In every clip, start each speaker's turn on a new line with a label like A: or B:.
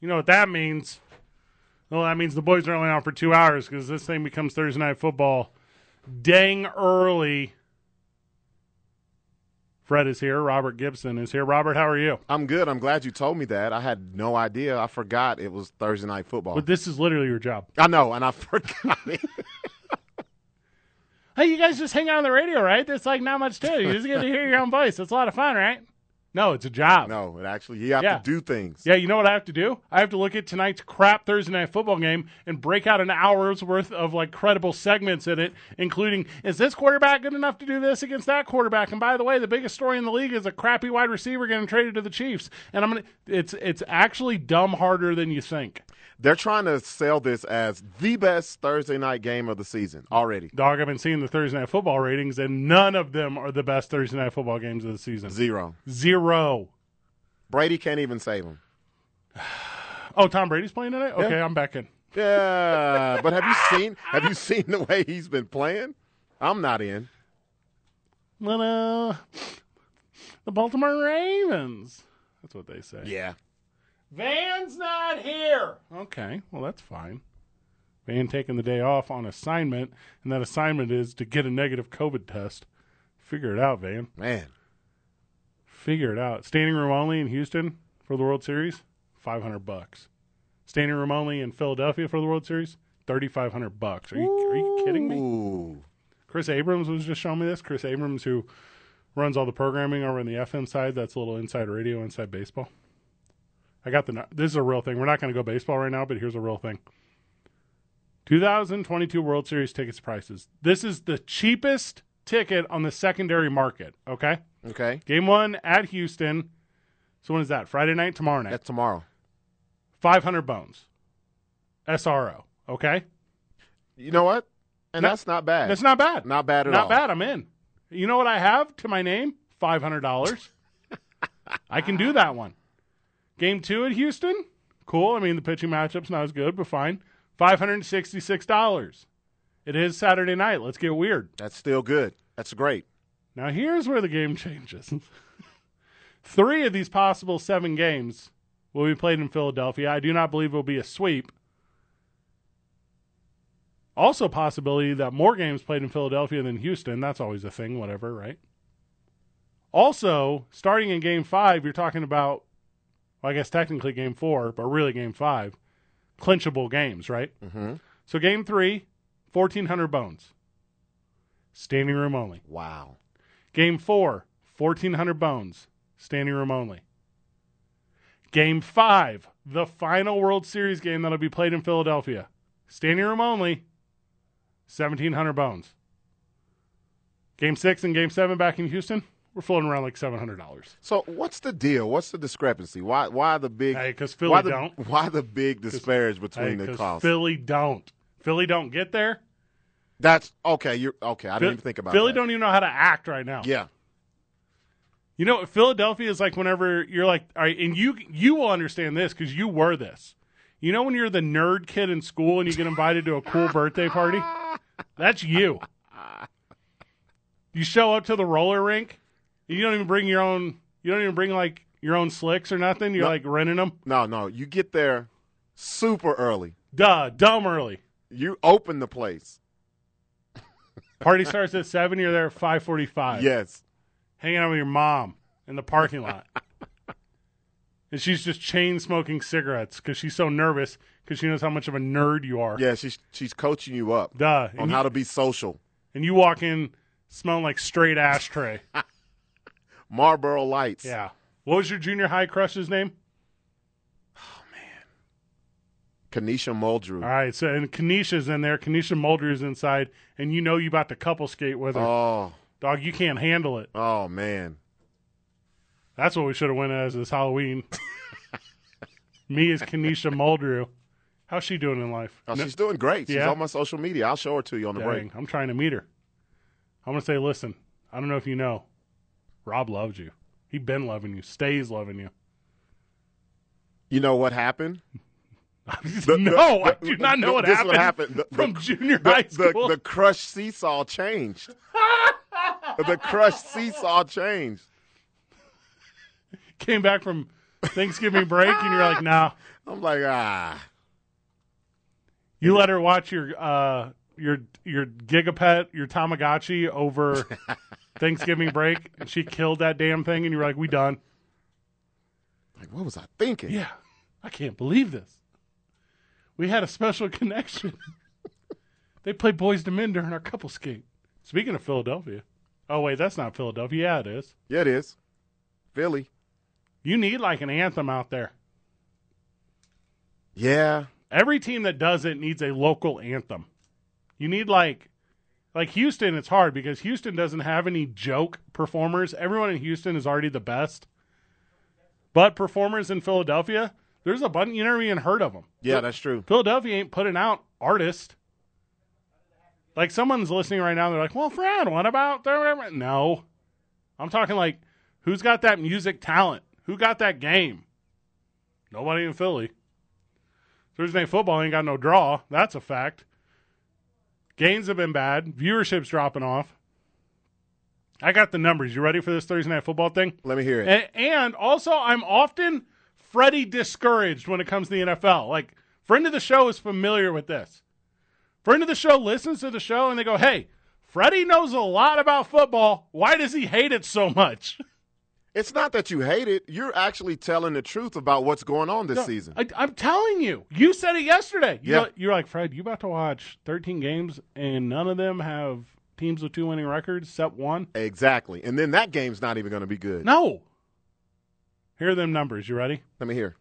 A: You know what that means. Well, that means the boys are only on for two hours because this thing becomes Thursday night football. Dang early. Fred is here. Robert Gibson is here. Robert, how are you?
B: I'm good. I'm glad you told me that. I had no idea. I forgot it was Thursday night football.
A: But this is literally your job.
B: I know, and I forgot it.
A: Hey, you guys just hang out on the radio, right? That's like not much to it. You just get to hear your own voice. It's a lot of fun, right? No, it's a job.
B: No, it actually you have
A: Yeah.
B: to do things.
A: Yeah, you know what I have to do? I have to look at tonight's crap Thursday night football game and break out an hour's worth of like credible segments in it, including is this quarterback good enough to do this against that quarterback? And by the way, the biggest story in the league is a crappy wide receiver getting traded to the Chiefs. And I'm gonna it's it's actually dumb harder than you think.
B: They're trying to sell this as the best Thursday night game of the season already.
A: Dog, I've been seeing the Thursday night football ratings and none of them are the best Thursday night football games of the season.
B: Zero.
A: Zero.
B: Brady can't even save him.
A: Oh, Tom Brady's playing tonight? Okay, I'm back in.
B: Yeah, but have you seen have you seen the way he's been playing? I'm not in.
A: Well, uh, the Baltimore Ravens. That's what they say.
B: Yeah.
A: Van's not here. Okay, well that's fine. Van taking the day off on assignment, and that assignment is to get a negative COVID test. Figure it out, Van.
B: Man.
A: Figure it out. Standing room only in Houston for the World Series, five hundred bucks. Standing room only in Philadelphia for the World Series, thirty five hundred bucks. Are you are you kidding me?
B: Ooh.
A: Chris Abrams was just showing me this. Chris Abrams, who runs all the programming over on the FM side, that's a little inside radio, inside baseball. I got the. nu- This is a real thing. We're not going to go baseball right now, but here's a real thing. 2022 World Series tickets prices. This is the cheapest ticket on the secondary market. Okay,
B: Okay.
A: game one at Houston. So when is that? Friday night, tomorrow night.
B: That's tomorrow.
A: 500 bones. SRO. Okay,
B: You know what? And
A: No,
B: that's not bad.
A: that's not bad.
B: not bad at
A: Not
B: all.
A: bad. I'm in. You know what I have to my name? Five hundred dollars. I can do that one. Game two at Houston. Cool. I mean, the pitching matchup's not as good, but fine. Five hundred and sixty-six dollars. It is Saturday night. Let's get weird.
B: That's still good. That's great.
A: Now here's where the game changes. Three of these possible seven games will be played in Philadelphia. I do not believe it will be a sweep. Also, possibility that more games played in Philadelphia than Houston. That's always a thing. Whatever, right? Also, starting in Game Five, you're talking about, well, I guess technically Game Four, but really Game Five, clinchable games, right?
B: Mhm.
A: So Game Three, fourteen hundred bones, standing room only.
B: Wow.
A: Game four, 1,400 bones, standing room only. Game five, the final World Series game that'll be played in Philadelphia, standing room only, 1,700 bones. Game six and game seven back in Houston, we're floating around like $700.
B: So what's the deal? What's the discrepancy? Why why the big
A: Hey, 'cause Philly
B: why the,
A: don't.
B: why the big disparage between the
A: 'cause
B: costs?
A: Philly don't. Philly don't get there.
B: That's okay. You're okay. I didn't even think about
A: Philly
B: that.
A: don't even know how to act right now.
B: Yeah,
A: You know, Philadelphia is like whenever you're like, all right, and you you will understand this because you were this. You know, when you're the nerd kid in school and you get invited to a cool birthday party, that's you. You show up to the roller rink, and you don't even bring your own. You don't even bring like your own slicks or nothing. You're
B: No.
A: like renting them.
B: no, no. You get there super early.
A: Duh, dumb early.
B: You open the place.
A: Party starts at seven. You're there at five forty-five.
B: Yes,
A: hanging out with your mom in the parking lot. and she's just chain smoking cigarettes because she's so nervous because she knows how much of a nerd you are.
B: yeah. She's she's coaching you up
A: Duh.
B: on
A: And you,
B: how to be social.
A: and you walk in smelling like straight ashtray.
B: Marlboro Lights.
A: yeah. What was your junior high crush's name?
B: Kanisha Muldrew.
A: All right. So, and Kanisha's in there. Kanisha Mulder is inside. And you know you about to couple skate with her.
B: Oh,
A: Dog, you can't handle it.
B: oh man.
A: That's what we should have went as this Halloween. Me is Kenesha Muldrew. How's she doing in life?
B: Oh,
A: No-
B: she's doing great. She's
A: Yeah.
B: on my social media. I'll show her to you on the break.
A: Dang, I'm trying to meet her. I'm gonna say, listen, I don't know if you know, Rob loves you. He been loving you, stays loving you.
B: You know what happened? The-
A: no,
B: the-
A: I do not know
B: the-
A: what,
B: this
A: happened
B: What happened? The,
A: from
B: the,
A: junior
B: the,
A: high
B: the-
A: school.
B: the crush seesaw changed. the crush seesaw changed.
A: Came back from Thanksgiving break, and you're like, nah.
B: I'm like, ah,
A: You let her watch your uh, your your Gigapet, your Tamagotchi over Thanksgiving break, and she killed that damn thing, and you're like, we done.
B: like what was I thinking?
A: Yeah, I can't believe this. We had a special connection. they played Boys to Men during our couple skate. Speaking of Philadelphia, oh wait, that's not Philadelphia. Yeah, it is.
B: Yeah, it is. Philly.
A: You need like an anthem out there.
B: Yeah.
A: Every team that does it needs a local anthem. You need like like Houston, it's hard because Houston doesn't have any joke performers. Everyone in Houston is already the best. But performers in Philadelphia, there's a bunch you never even heard of them.
B: Yeah, that's true.
A: Philadelphia ain't putting out artists. Like someone's listening right now, they're like, "Well, Fred, what about the-" No, I'm talking like, who's got that music talent? Who got that game? Nobody in Philly. Thursday night football ain't got no draw. That's a fact. Gains have been bad. Viewership's dropping off. I got the numbers. You ready for this Thursday night football thing?
B: Let me hear it.
A: And, and also, I'm often Freddie discouraged when it comes to the NFL. Like, friend of the show is familiar with this. Friend of the show listens to the show and they go, hey, Freddie knows a lot about football. Why does he hate it so much?
B: It's not that you hate it. You're actually telling the truth about what's going on this season.
A: I, I'm telling you. You said it yesterday. You
B: Yeah.
A: know- you're like, Fred, you about to watch 13 games and none of them have teams with two winning records except one?
B: exactly. And then that game's not even going to be good.
A: No. Here are them numbers. You ready?
B: Let me hear.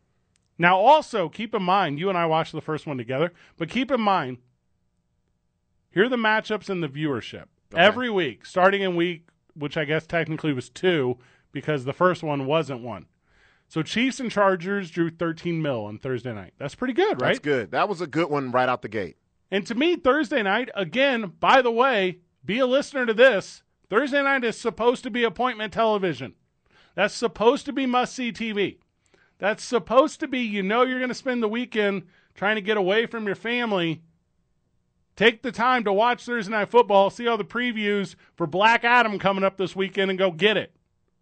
A: Now, also keep in mind, you and I watched the first one together, but keep in mind, here are the matchups and the viewership
B: Okay.
A: every week, starting in week, which I guess technically was two because the first one wasn't one. So Chiefs and Chargers drew 13 mil on Thursday night. That's pretty good,
B: That's
A: right?
B: good. That was a good one right out the gate.
A: And to me, Thursday night, again, by the way, be a listener to this. Thursday night is supposed to be appointment television. That's supposed to be must see TV. That's supposed to be, you know, you're going to spend the weekend trying to get away from your family. Take the time to watch Thursday Night Football, see all the previews for Black Adam coming up this weekend, and go get it.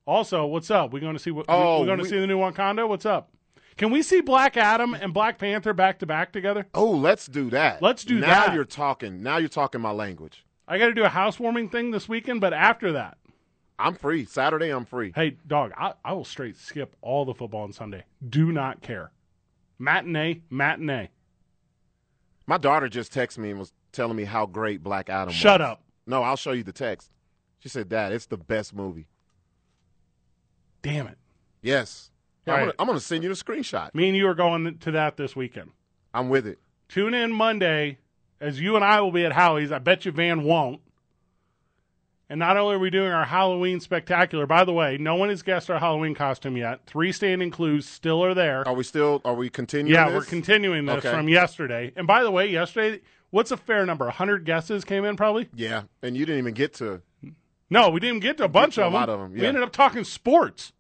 A: Also, what's up? We're going to see what
B: Oh,
A: we're going to
B: we-
A: see the new Wakanda. What's up? Can we see Black Adam and Black Panther back to back together?
B: Oh, let's do that.
A: Let's do
B: now
A: that.
B: Now you're talking. Now you're talking my language.
A: I got to do a housewarming thing this weekend, but after that,
B: I'm free. Saturday, I'm free.
A: hey, dog, I, I will straight skip all the football on Sunday. Do not care. Matinee, matinee.
B: My daughter just texted me and was telling me how great Black Adam was.
A: Shut up.
B: No, I'll show you the text. She said, Dad, it's the best movie.
A: Damn it.
B: Yes. Yeah,
A: All
B: I'm
A: right.
B: gonna- I'm going to send you the screenshot.
A: Me and you are going to that this weekend.
B: I'm with it.
A: Tune in Monday as you and I will be at Howie's. I bet you Van won't. And not only are we doing our Halloween spectacular, by the way, no one has guessed our Halloween costume yet. Three standing clues still are there.
B: Are we still, are we continuing
A: Yeah,
B: this?
A: we're continuing this
B: Okay.
A: from yesterday. And by the way, yesterday, what's a fair number? 100 guesses came in probably?
B: Yeah, and you didn't even get to,
A: No, we didn't get to a bunch
B: to a
A: of, them.
B: lot of 'em,
A: We
B: yeah.
A: ended up talking sports.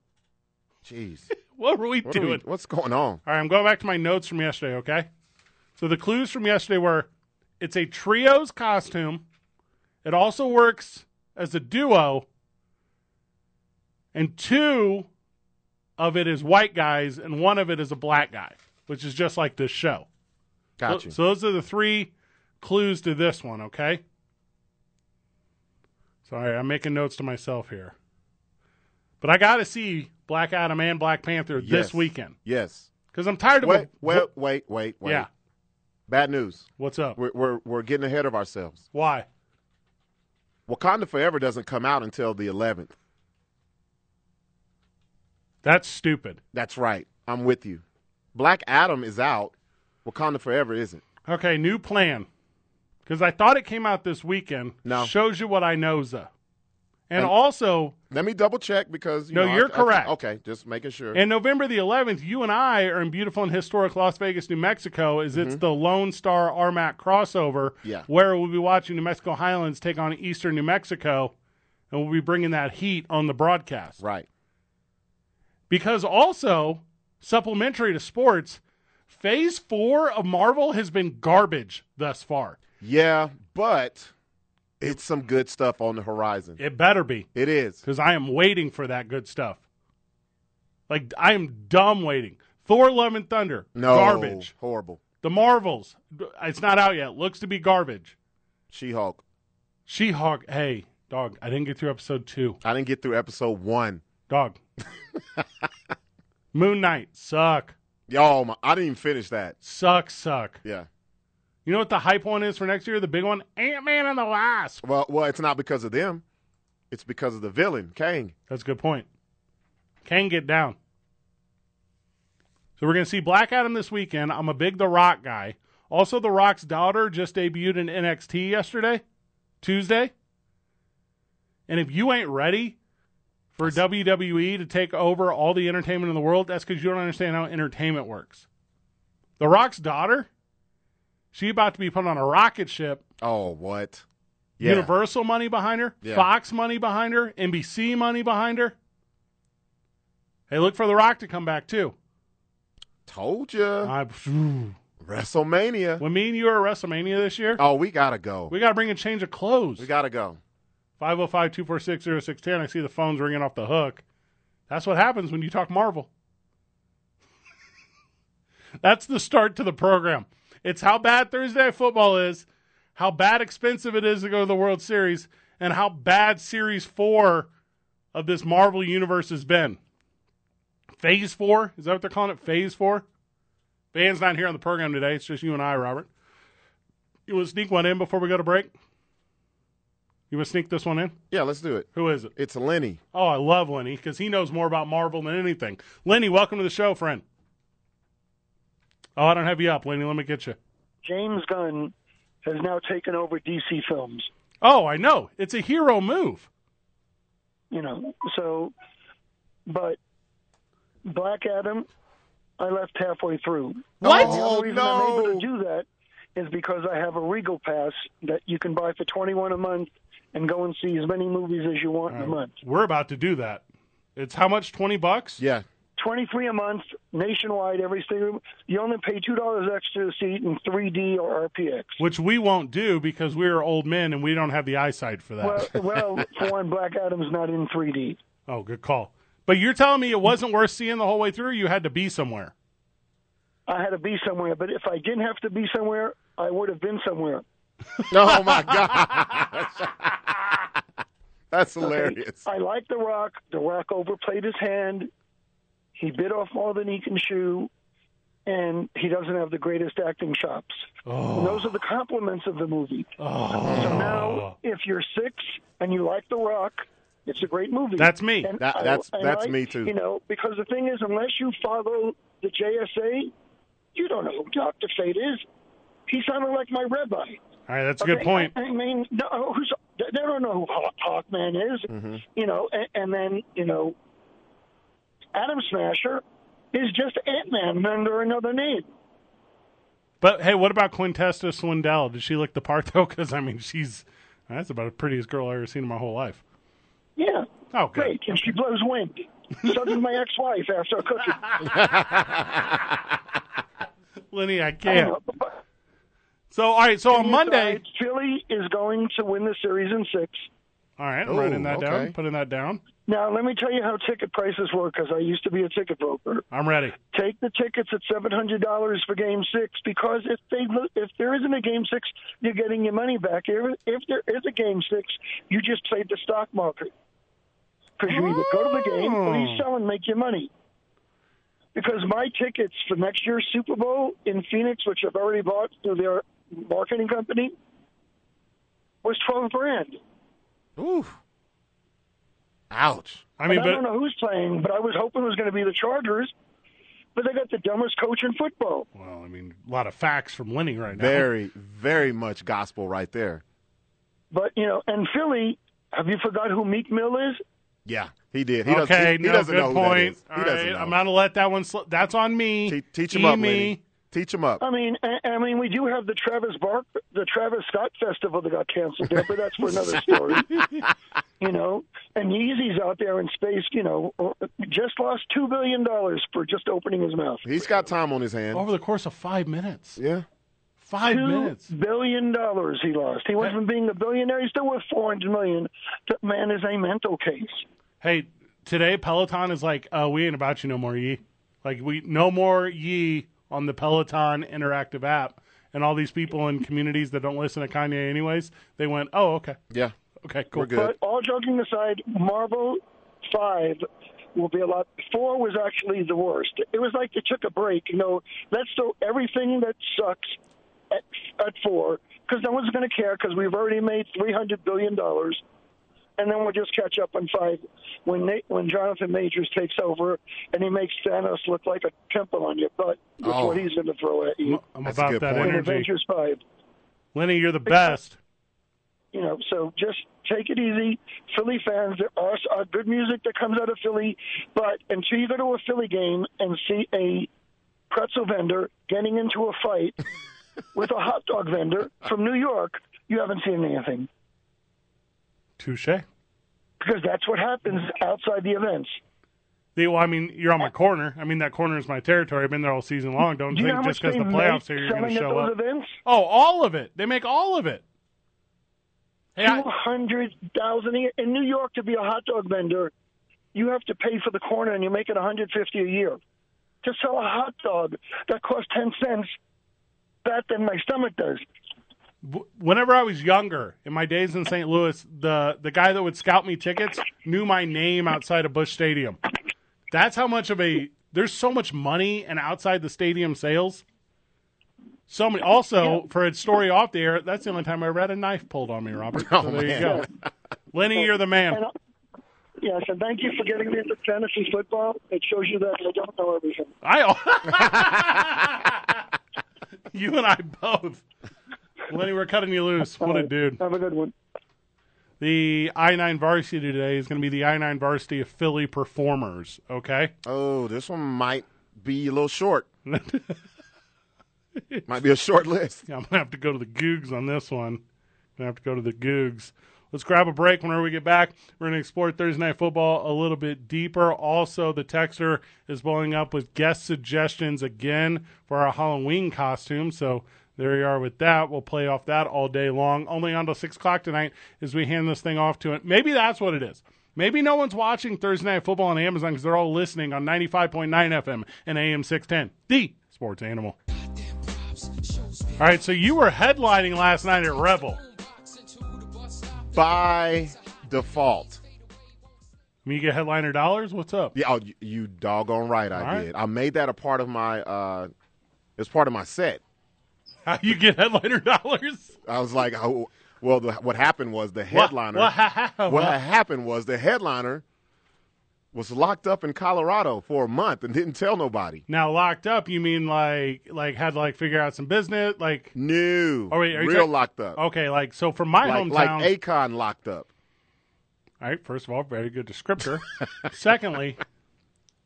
B: jeez.
A: What were we
B: What are
A: doing?
B: we- what's going on?
A: All right, I'm going back to my notes from yesterday, okay? So the clues from yesterday were it's a trio's costume. It also works as a duo. And two of it is white guys and one of it is a black guy, which is just like this show. So-
B: Got you.
A: So those are the three clues to this one, okay? Sorry, I'm making notes to myself here. But I got to see Black Adam and Black Panther this
B: Yes.
A: weekend
B: yes.
A: because I'm tired of.
B: Wait,
A: a-
B: wait, wait, wait, wait.
A: yeah.
B: Bad news.
A: What's up?
B: We're, we're, we're getting ahead of ourselves.
A: Why?
B: Wakanda Forever doesn't come out until the 11th.
A: That's stupid.
B: That's right. I'm with you. Black Adam is out. Wakanda Forever isn't.
A: Okay, new plan. Because I thought it came out this weekend.
B: No.
A: Shows you what I know's. uh. And also,
B: Let me double check because you
A: No,
B: know, I-
A: you're
B: I-
A: correct.
B: okay, just making sure.
A: and November the 11th, you and I are in beautiful and historic Las Vegas, New Mexico. Is it's the Lone Star Armac crossover,
B: Mm-hmm. Yeah.
A: where we'll be watching New Mexico Highlands take on Eastern New Mexico, and we'll be bringing that heat on the broadcast.
B: right.
A: Because also supplementary to sports, Phase Four of Marvel has been garbage thus far.
B: Yeah, but it's some good stuff on the horizon.
A: It better be.
B: it is.
A: because I am waiting for that good stuff. Like I am dumb waiting. Thor: Love and Thunder,
B: No
A: garbage.
B: Horrible.
A: The Marvels, it's not out yet. Looks to be garbage.
B: She Hulk.
A: She Hulk, hey dog, I didn't get through episode two.
B: I didn't get through episode one.
A: Dog, Moon Knight, suck,
B: Y'all, my, I didn't even finish that.
A: suck, suck.
B: Yeah.
A: You know what the hype one is for next year? The big one, Ant Man and the Wasp.
B: Well, well, it's not because of them. It's because of the villain, Kang.
A: That's a good point. Can get down. So we're going to see Black Adam this weekend. I'm a big The Rock guy. Also, The Rock's daughter just debuted in NXT yesterday, Tuesday. And if you ain't ready for WWE to take over all the entertainment in the world, that's because you don't understand how entertainment works. The Rock's daughter, she about to be put on a rocket ship
B: Oh, what? Yeah.
A: Universal money behind her,
B: Yeah.
A: Fox money behind her, NBC money behind her. Hey, look for The Rock to come back too.
B: Told you.
A: I, phew.
B: WrestleMania.
A: when me and you are at WrestleMania this year,
B: Oh, we gotta go.
A: we got to bring a change of clothes.
B: we gotta go.
A: 505 246 0610. I see the phone's ringing off the hook. That's what happens when you talk Marvel. That's the start to the program. It's how bad Thursday Night football is, how bad expensive it is to go to the World Series, and how bad Series 4 of this Marvel universe has been. Phase 4? Is that what they're calling it? Phase 4? Van's not here on the program today. It's just you and I, Robert. You want to sneak one in before we go to break? You want to sneak this one in?
B: Yeah, let's do it.
A: Who is it?
B: It's Lenny.
A: Oh, I love Lenny because he knows more about Marvel than anything. Lenny, welcome to the show, friend. Oh, I don't have you up, Lenny. Let me get you.
C: James Gunn has now taken over DC films.
A: Oh, I know. It's a hero move.
C: You know, so, but Black Adam, I left halfway through.
A: What?
C: The
B: Oh,
C: only reason I'm
B: no.
C: able to do that is because I have a Regal pass that you can buy for twenty-one a month and go and see as many movies as you want in a month.
A: We're about to do that. It's how much? 20 bucks?
B: Yeah.
C: Twenty-three a month nationwide, every single. You only pay two dollars extra to see it in 3D or RPX.
A: Which we won't do because we are old men and we don't have the eyesight for that.
C: Well, well, for one, Black Adam's not in 3D.
A: oh, good call. But you're telling me it wasn't worth seeing the whole way through? You had to be somewhere.
C: I had to be somewhere. But if I didn't have to be somewhere, I would have been somewhere.
B: Oh my gosh. That's hilarious.
C: I like The Rock. The Rock overplayed his hand. He bit off more than he can chew, and he doesn't have the greatest acting chops.
B: Oh.
C: And those are the compliments of the movie. So now, if you're six and you like The Rock, it's a great movie.
A: That's me.
C: And
B: That-
C: I-
B: that's-
C: and
B: that's
C: I-
B: me too.
C: You know, because the thing is, unless you follow the JSA, you don't know who Doctor Fate is. He sounded like my rabbi.
A: All right, that's a
C: Okay,
A: good point.
C: I, I mean, no, who's, they they don't know who Hawk, Hawkman is,
A: Mm-hmm.
C: you know, and, and then, you know, Adam Smasher is just Ant Man under another name.
A: But hey, what about Quintessa Swindell? Did she look the part though? Because I mean, she's that's about the prettiest girl I've ever seen in my whole life.
C: Yeah,
A: Oh, good.
C: great. And she blows wind. so does my ex wife after a cookie.
A: Lenny, I
C: You
A: can't.
C: know, but-
A: So all right, so on Monday,
C: Besides, Philly is going to win the series in six.
A: all right, I'm
B: Ooh,
A: writing that down,
B: okay.
A: putting that down.
C: Now, let me tell you how ticket prices work because I used to be a ticket broker.
A: I'm ready.
C: take the tickets at seven hundred dollars for Game Six because if they lo- if there isn't a Game Six, you're getting your money back. If, if there is a Game Six, you just played the stock market because you either go to the game or you sell and make your money. Because my tickets for next year's Super Bowl in Phoenix, which I've already bought through their marketing company, was twelve grand.
B: Ooh. Ouch.
A: I mean,
C: And I don't
A: but
C: know who's playing, but I was hoping it was going to be the Chargers. But they got the dumbest coach in football.
A: well, I mean, a lot of facts from Lenny right now.
B: Very, very much gospel right there.
C: But you know, and Philly Have you forgot who Meek Mill is?
B: Yeah, he did. He doesn't,
A: okay,
B: he, he
A: no,
B: doesn't
A: good
B: know who that
A: point.
B: is.
A: All
B: He doesn't
A: right,
B: know.
A: I'm not gonna let that one. Sl- that's on me.
B: Te- teach
A: E
B: him up,
A: me.
B: Lenny. Teach him up.
C: I mean, I, I mean, we do have the Travis Bark, the Travis Scott Festival that got canceled there, but that's for another story. you know, and Yeezy's out there in space. You know, just lost two billion dollars for just opening his mouth.
B: He's got time on his hands.
A: Over the course of five minutes.
B: Yeah.
A: Five
C: Two
A: minutes.
C: billion dollars he lost. He went from being a billionaire, he's still worth four hundred million. That man is a mental case.
A: Hey, today Peloton is like, uh, we ain't about you no more, ye. Like we no more ye on the Peloton interactive app. And all these people in communities that don't listen to Kanye anyways, they went, Oh, okay.
B: Yeah.
A: Okay, cool.
B: We're good.
C: But all joking aside, Marvel Five will be a lot. Four was actually the worst. It was like they took a break. You know, let's throw everything that sucks at, at four because no one's going to care because we've already made three hundred billion dollars, and then we'll just catch up on five when Nate, when Jonathan Majors takes over and he makes Thanos look like a temple on your butt with
B: Oh.
C: what he's going to throw at you
A: I'm
B: That's a
A: about
B: good
A: that
B: point.
C: in
A: energy.
C: Avengers Five.
A: Lenny, you're the best.
C: you know, so just take it easy. Philly fans, there are, are good music that comes out of Philly, but until you go to a Philly game and see a pretzel vendor getting into a fight with a hot dog vendor from New York, you haven't seen anything
A: Touche.
C: because that's what happens outside the events.
A: They, well, I mean, you're on my corner. I mean, that corner is my territory. I've been there all season long. Don't
C: Do you know how
A: think just
C: much
A: because
C: they
A: the playoffs
C: make
A: are, you're going to
C: selling at
A: show
C: those
A: up.
C: events?
A: Oh, all of it. They make all of it. Hey, I-
C: Two hundred thousand a year in New York to be a hot dog vendor. You have to pay for the corner, and you make it one hundred fifty a year to sell a hot dog that costs ten cents. That than my stomach does.
A: w- whenever I was younger, in my days in St. Louis, the the guy that would scout me tickets knew my name outside of Bush Stadium. That's how much of a there's so much money and outside the stadium sales. So many. Also, for a story off the air, that's the only time I ever had a knife pulled on me, Robert. So there you go, Lenny, you're the man.
C: And I, yes, and thank you for getting me into fantasy football. It shows you that I don't know everything.
A: I. you and I both. Lenny, we're cutting you loose. What a dude.
C: Have a good one.
A: The I 9 varsity today is going to be the I 9 varsity of Philly performers, okay?
B: Oh, this one might be a little short. might be a short list.
A: Yeah, I'm going to have to go to the Googs on this one. going to have to go to the Googs. Let's grab a break. Whenever we get back, we're going to explore Thursday Night Football a little bit deeper. Also, the texter is blowing up with guest suggestions again for our Halloween costume. So there you are with that. We'll play off that all day long. Only until 6 o'clock tonight as we hand this thing off to it. Maybe that's what it is. Maybe no one's watching Thursday Night Football on Amazon because they're all listening on 95.9 FM and AM 610, the sports animal. All right, so you were headlining last night at Rebel.
B: By default.
A: Amiga headliner dollars. What's up?
B: Yeah, oh, you, you doggone right I
A: All right.
B: did. I made that a part of my uh it's part of my set.
A: How you get headliner dollars?
B: I was like, oh, well, the, what happened was the headliner.
A: What, what,
B: what had happened was the headliner was locked up in Colorado for a month and didn't tell nobody.
A: now locked up? You mean like like had to like figure out some business? Like
B: No,
A: Oh, wait, are you
B: real
A: talking-
B: locked up.
A: okay, like so from my
B: like, like
A: hometown.
B: Akon locked up.
A: all right, first of all, very good descriptor. Secondly,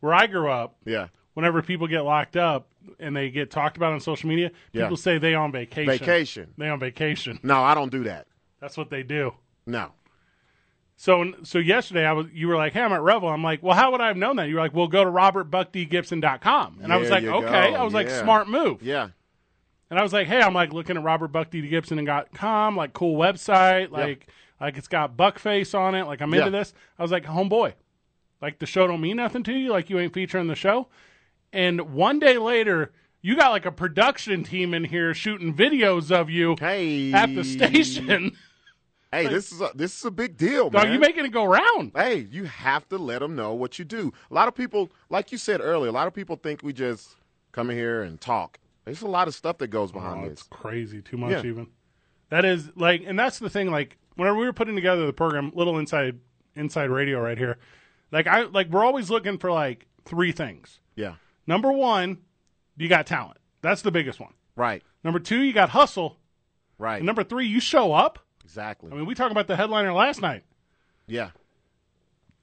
A: where I grew up,
B: Yeah,
A: whenever people get locked up and they get talked about on social media,
B: Yeah.
A: people say they on vacation.
B: vacation.
A: They on vacation.
B: No, I don't do that.
A: That's what they do.
B: No,
A: So so yesterday I was you were like, "Hey, I'm at Revel." I'm like, "Well, how would I have known that?" You were like, "Well, go to robertbuckdgibson.com." And I was
B: There
A: like,
B: you
A: "Okay."
B: go.
A: I was like,
B: Yeah.
A: "Smart move."
B: yeah,
A: And I was like, "Hey, I'm like looking at robertbuckdgibson.com, like cool website, like like it's got Buckface on it, like I'm into
B: Yeah.
A: this." I was like, "Homeboy, like the show don't mean nothing to you, like you ain't featuring the show." And one day later, you got like a production team in here shooting videos of you
B: hey,
A: at the station.
B: Hey, this is a, this is a big deal,
A: Dog,
B: man.
A: you making it go round.
B: hey, you have to let them know what you do. A lot of people, like you said earlier, a lot of people think we just come in here and talk. There's a lot of stuff that goes behind
A: Oh,
B: this.
A: it's crazy. Too much,
B: Yeah.
A: even. That is like, and that's the thing. Like, whenever we were putting together the program, little inside inside radio right here, like I like we're always looking for like three things.
B: Yeah,
A: Number one, you got talent. That's the biggest one.
B: right,
A: Number two, you got hustle.
B: right,
A: And number three, you show up.
B: exactly.
A: I mean, we talked about the headliner last night.
B: Yeah.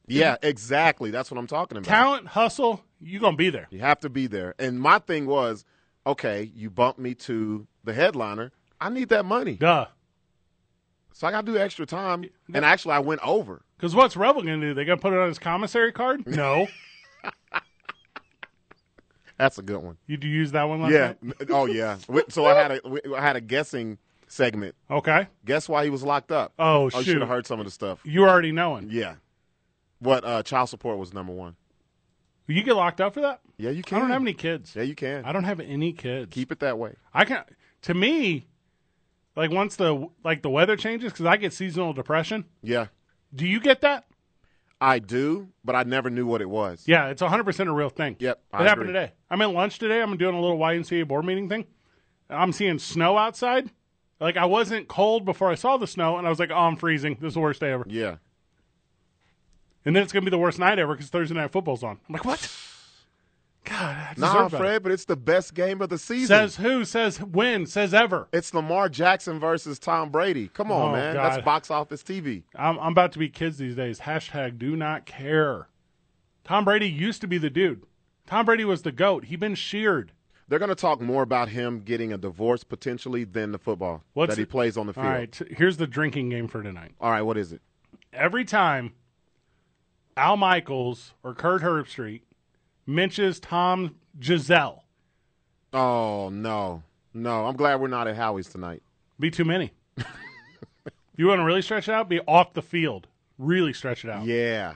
B: Yeah, exactly. That's what I'm talking about.
A: Talent, hustle, you're going to be there.
B: You have to be there. And my thing was, okay, you bumped me to the headliner. I need that money.
A: Duh.
B: So I got to do extra time. And actually, I went over.
A: Because what's Rebel going to do? They going to put it on his commissary card? No.
B: That's a good one.
A: you do use that one last
B: yeah.
A: night?
B: Oh, yeah. We- So I had a we- I had a guessing segment.
A: Okay.
B: Guess why he was locked up?
A: Oh,
B: you
A: shoot.
B: should have heard some of the stuff.
A: You already knowing.
B: Yeah. What uh, child support was number one?
A: You get locked up for that?
B: Yeah, you can.
A: I don't have any kids.
B: Yeah, you can.
A: I don't have any kids.
B: Keep it that way.
A: I can to me, like once the like the weather changes because I get seasonal depression.
B: Yeah,
A: Do you get that?
B: I do, but I never knew what it was.
A: Yeah, it's 100 percent a real thing.
B: Yep,
A: it
B: I
A: happened
B: agree.
A: today. I'm at lunch today. I'm doing a little YMCA board meeting thing. I'm seeing snow outside. Like I wasn't cold before I saw the snow, and I was like, "Oh, I'm freezing. This is the worst day ever."
B: Yeah.
A: And then it's gonna be the worst night ever because Thursday night football's on. I'm like, "What? God, I deserve
B: Nah,
A: better."
B: Fred, but it's the best game of the season.
A: Says who? Says when? Says ever?
B: it's Lamar Jackson versus Tom Brady. Come on,
A: Oh,
B: man.
A: God.
B: That's box office TV.
A: I'm, I'm about to be kids these days. Hashtag do not care. Tom Brady used to be the dude. Tom Brady was the goat. He been sheared.
B: They're going to talk more about him getting a divorce potentially than the football
A: What's
B: that he
A: it-
B: plays on the
A: All
B: field.
A: right, t- here's the drinking game for tonight.
B: All right, what is it?
A: Every time Al Michaels or Kurt Herbstreit mentions Tom Giselle,
B: Oh, no. No, I'm glad we're not at Howie's tonight.
A: be too many. if you want to really stretch it out, be off the field. Really stretch it out.
B: Yeah.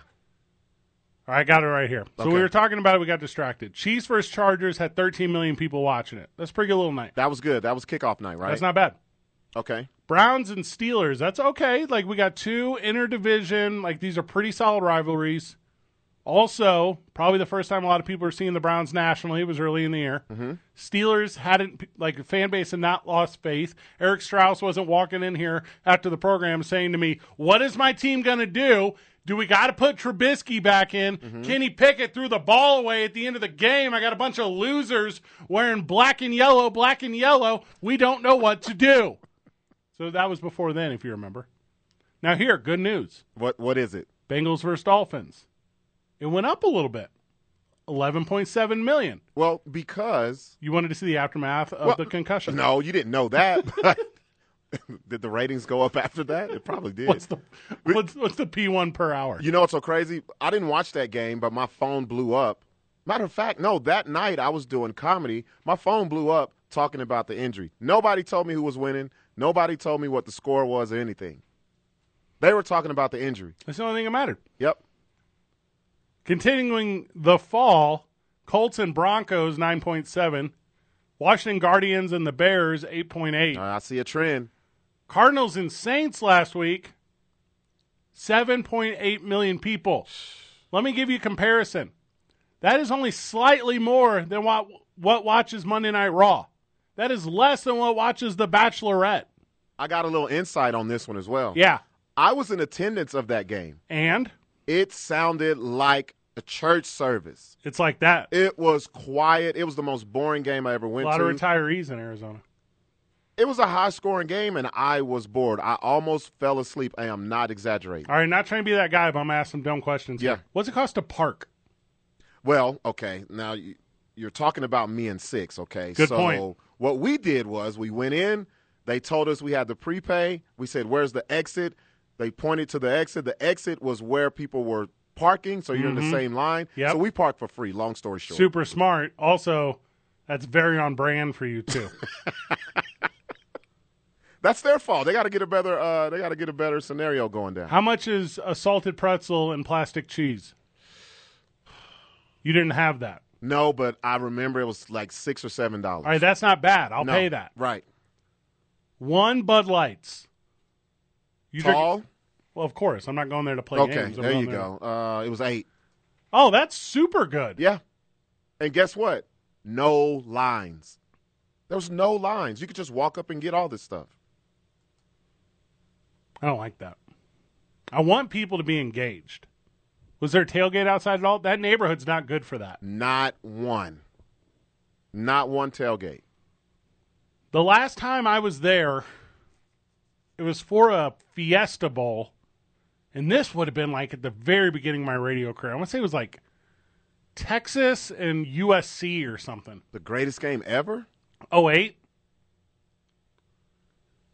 A: All right, I got it right here. So we
B: Okay.
A: were talking about it. We got distracted. Chiefs versus Chargers had 13 million people watching it. That's a pretty good little night.
B: That was good. That was kickoff night, right?
A: That's not bad.
B: okay.
A: Browns and Steelers. That's okay. Like we got two interdivision. Like these are pretty solid rivalries. Also, probably the first time a lot of people are seeing the Browns nationally it was early in the year. Steelers hadn't like the fan base had not lost faith. Eric Strauss wasn't walking in here after the program saying to me, "What is my team gonna do? Do we got to put Trubisky back in? Kenny Pickett threw the ball away at the end of the game. I got a bunch of losers wearing black and yellow, black and yellow. We don't know what to do." So that was before then, if you remember. Now here, good news:
B: What What is it?
A: Bengals versus Dolphins. It went up a little bit, eleven point seven million.
B: Well, because.
A: You wanted to see the aftermath of
B: Well,
A: the concussion.
B: No, you didn't know that. but did the ratings go up after that? It probably did.
A: What's the what's, what's the P one per hour?
B: You know what's so crazy? I didn't watch that game, but my phone blew up. Matter of fact, no, that night I was doing comedy. My phone blew up talking about the injury. Nobody told me who was winning. Nobody told me what the score was or anything. They were talking about the injury.
A: That's the only thing that mattered.
B: Yep.
A: Continuing the fall, Colts and Broncos nine point seven, Washington Guardians and the Bears eight point eight,
B: Uh, I see a trend.
A: Cardinals and Saints last week seven point eight million people. Let me give you a comparison. That is only slightly more than what what watches Monday Night Raw. That is less than what watches The Bachelorette.
B: I got a little insight on this one as well.
A: Yeah,
B: I was in attendance of that game.
A: and
B: It sounded like a church service.
A: it's like that.
B: It was quiet. It was the most boring game I ever
A: A
B: went
A: lot
B: to.
A: of retirees in Arizona.
B: It was a high scoring game, and I was bored. I almost fell asleep. I am not exaggerating.
A: All right, not trying to be that guy, but I'm gonna ask some dumb questions. here.
B: Yeah.
A: What's it cost to park?
B: Well, okay, now you, you're talking about me and six, okay?
A: Good
B: so
A: point.
B: what we did was we went in, they told us we had to prepay. We said, Where's the exit? They pointed to the exit. The exit was where people were parking, so you're in the same line.
A: Mm-hmm. Yep.
B: So we parked for free, long story short.
A: Super smart. Also, that's very on brand for you too.
B: That's their fault. They gotta get a better uh, they gotta get a better scenario going down.
A: How much is a salted pretzel and plastic cheese? You didn't have that.
B: no, but I remember it was like six or seven dollars.
A: All right, that's not bad. I'll pay that.
B: Right.
A: One Bud Lights. You drink-
B: Tall.
A: well, of course. I'm not going there to play
B: Okay,
A: games. I'm
B: there
A: going
B: you go. Uh, it was eight.
A: Oh, that's super good.
B: Yeah. And guess what? No lines. There was no lines. You could just walk up and get all this stuff.
A: I don't like that. I want people to be engaged. Was there a tailgate outside at all? That neighborhood's not good for that.
B: Not one. Not one tailgate.
A: The last time I was there, it was for a Fiesta Bowl, And this would have been like at the very beginning of my radio career. I want to say it was like Texas and USC or something.
B: The greatest game ever?
A: Oh eight.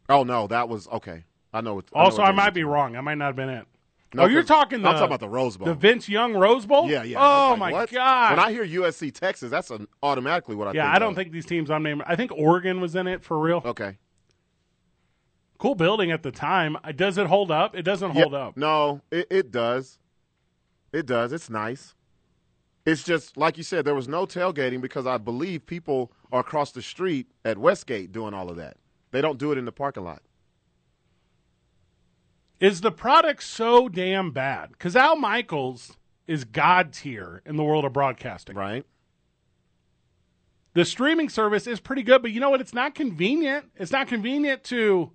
B: Oh no, that was okay. I know. What, know
A: Also,
B: what
A: I,
B: game
A: might
B: you're
A: be wrong. I might not have been it.
B: No,
A: oh, you're
B: 'cause
A: talking. The,
B: I'm talking about the Rose Bowl.
A: The Vince Young Rose Bowl.
B: Yeah, yeah. I was
A: Oh
B: like,
A: my
B: what?
A: god.
B: When I hear USC Texas, that's an, automatically what I
A: yeah,
B: think. Oh.
A: I don't
B: of.
A: think these teams I'm naming. I think Oregon was in it for real.
B: Okay.
A: Cool building at the time. Uh, Does it hold up? It doesn't hold
B: Yeah,
A: up.
B: No, it, it does. It does. It's nice. It's just like you said, there was no tailgating because I believe people are across the street at Westgate doing all of that. They don't do it in the parking lot.
A: Is the product so damn bad? Because Al Michaels is god tier in the world of broadcasting.
B: Right.
A: The streaming service is pretty good, but you know what? It's not convenient. It's not convenient to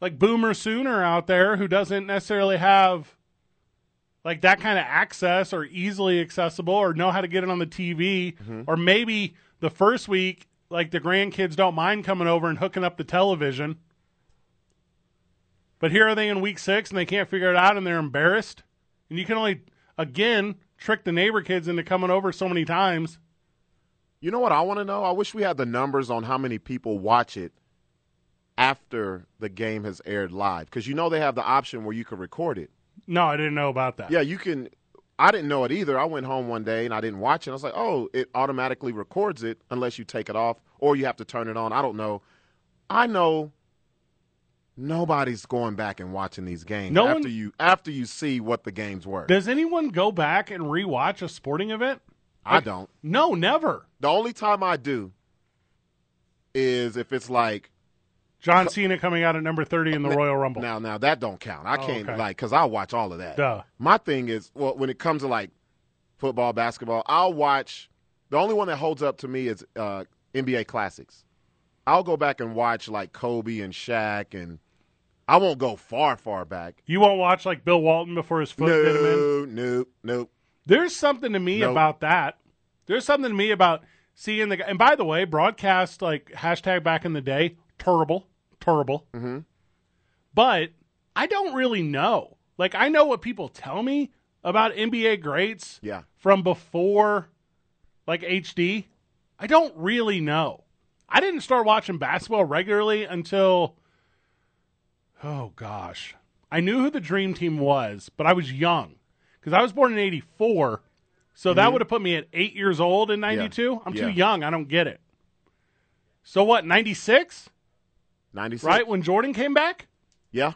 A: like Boomer Sooner out there who doesn't necessarily have like that kind of access or easily accessible or know how to get it on the TV or maybe the first week like the grandkids don't mind coming over and hooking up the television. But here are they in week 6 and they can't figure it out and they're embarrassed. And you can only again trick the neighbor kids into coming over so many times.
B: You know what I want to know? I wish we had the numbers on how many people watch it after the game has aired live because you know they have the option where you can record it.
A: No, I didn't know about that.
B: Yeah, you can. I didn't know it either. I went home one day and I didn't watch it. I was like, oh, it automatically records it unless you take it off or you have to turn it on. I don't know. I know nobody's going back and watching these games
A: No
B: after
A: one-
B: you after you see what the games were.
A: Does anyone go back and rewatch a sporting event?
B: I don't.
A: No, never.
B: The only time I do is if it's like
A: John Cena coming out at number 30 in the Royal Rumble.
B: Now, now that don't count. I can't
A: Oh, okay.
B: like because I watch all of that.
A: Duh.
B: My thing is, well, when it comes to like football, basketball, I'll watch. The only one that holds up to me is uh, NBA classics. I'll go back and watch like Kobe and Shaq, and I won't go far, far back.
A: You won't watch like Bill Walton before his foot did him in?
B: No, no, no.
A: There's something to me
B: Nope.
A: about that. There's something to me about seeing the guy. And by the way, broadcast like hashtag back in the day, terrible, terrible. Mm-hmm. But I don't really know. Like I know what people tell me about NBA greats.
B: Yeah.
A: From before, like HD, I don't really know. I didn't start watching basketball regularly until, oh gosh, I knew who the Dream Team was, but I was young because I was born in '84, so that would have put me at eight years old in '92. I'm
B: Mm-hmm. Yeah.
A: too young. I don't get it. So what? '96,
B: Ninety six.
A: right when Jordan came back.
B: Yeah.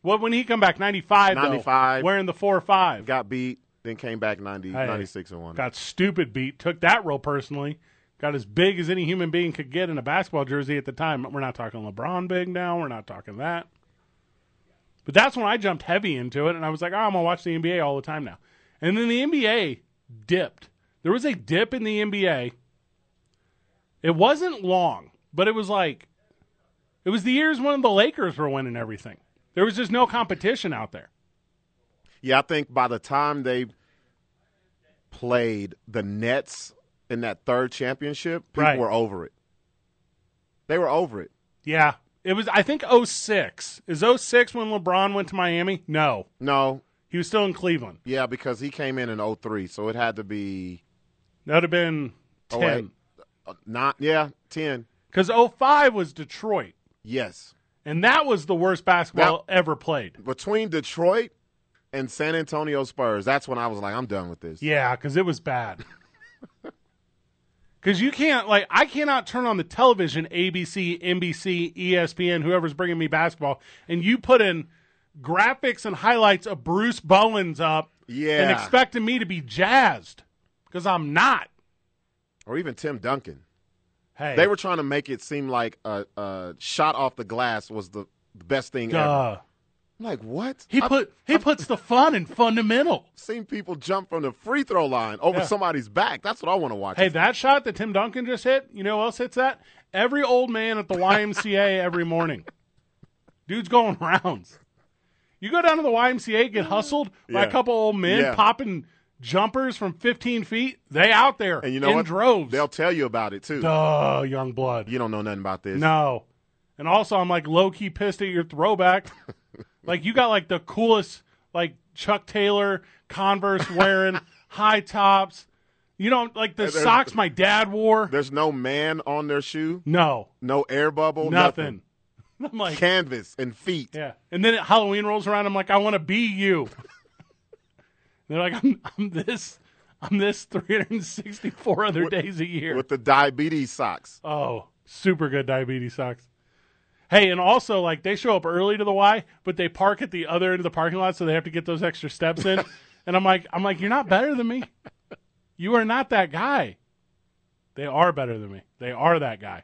A: What when he come back? '95.
B: 95.
A: Wearing the four or five.
B: Got beat, then came back 90,
A: Hey.
B: 96 and one.
A: got stupid beat, took that real personally, got as big as any human being could get in a basketball jersey at the time. We're not talking LeBron big now, we're not talking that. But that's when I jumped heavy into it and I was like, oh, I'm gonna watch the NBA all the time now. And then the NBA dipped. There was a dip in the NBA. It wasn't long, but it was like it was the years when the Lakers were winning everything. There was just no competition out there.
B: Yeah, I think by the time they played the Nets in that third championship, people
A: Right.
B: were over it. They were over it.
A: Yeah. It was I think 06. Is 06 when LeBron went to Miami? No.
B: No,
A: He was still in Cleveland.
B: yeah, because he came in in 03, so it had to be
A: That would have been 10.
B: 08. not yeah, 10.
A: Cuz 05 was Detroit.
B: Yes.
A: And that was the worst basketball ever played.
B: Between Detroit and San Antonio Spurs, that's when I was like I'm done with this.
A: Yeah, cuz it was bad. cuz you can't like I cannot turn on the television ABC, NBC, ESPN, whoever's bringing me basketball and you put in graphics and highlights of Bruce Bowen's up and
B: Yeah.
A: expecting me to be jazzed cuz I'm not.
B: Or even Tim Duncan.
A: Hey.
B: They were trying to make it seem like a, a shot off the glass was the the best thing ever.
A: Duh.
B: I'm like, what?
A: He
B: I-
A: put he puts the fun in fundamental.
B: seen people jump from the free throw line over
A: Yeah.
B: somebody's back. That's what I want to watch.
A: Hey, that shot that Tim Duncan just hit, you know who else hits that? Every old man at the YMCA every morning. Dude's going rounds. You go down to the YMCA, get hustled by a
B: Yeah.
A: couple old men
B: Yeah.
A: popping jumpers from 15 feet. They out there
B: and you know
A: in
B: what?
A: droves.
B: They'll tell you about it too.
A: Duh, young blood.
B: You don't know nothing about this.
A: No. And also, I'm like low key pissed at your throwback. Like you got like the coolest like Chuck Taylor Converse wearing high tops. You don't like the
B: there's-
A: socks my dad wore.
B: There's no man on their shoe,
A: No,
B: no air bubble,
A: nothing.
B: nothing.
A: I'm like,
B: Canvas and feet.
A: yeah. And then Halloween rolls around. I'm like, I want to be you. They're like, I'm, I'm this, I'm this 364 other days a year.
B: With the diabetes socks.
A: Oh, super good diabetes socks. Hey, and also like they show up early to the Y, but they park at the other end of the parking lot, so they have to get those extra steps in. and I'm like, I'm like, you're not better than me. You are not that guy. They are better than me. They are that guy.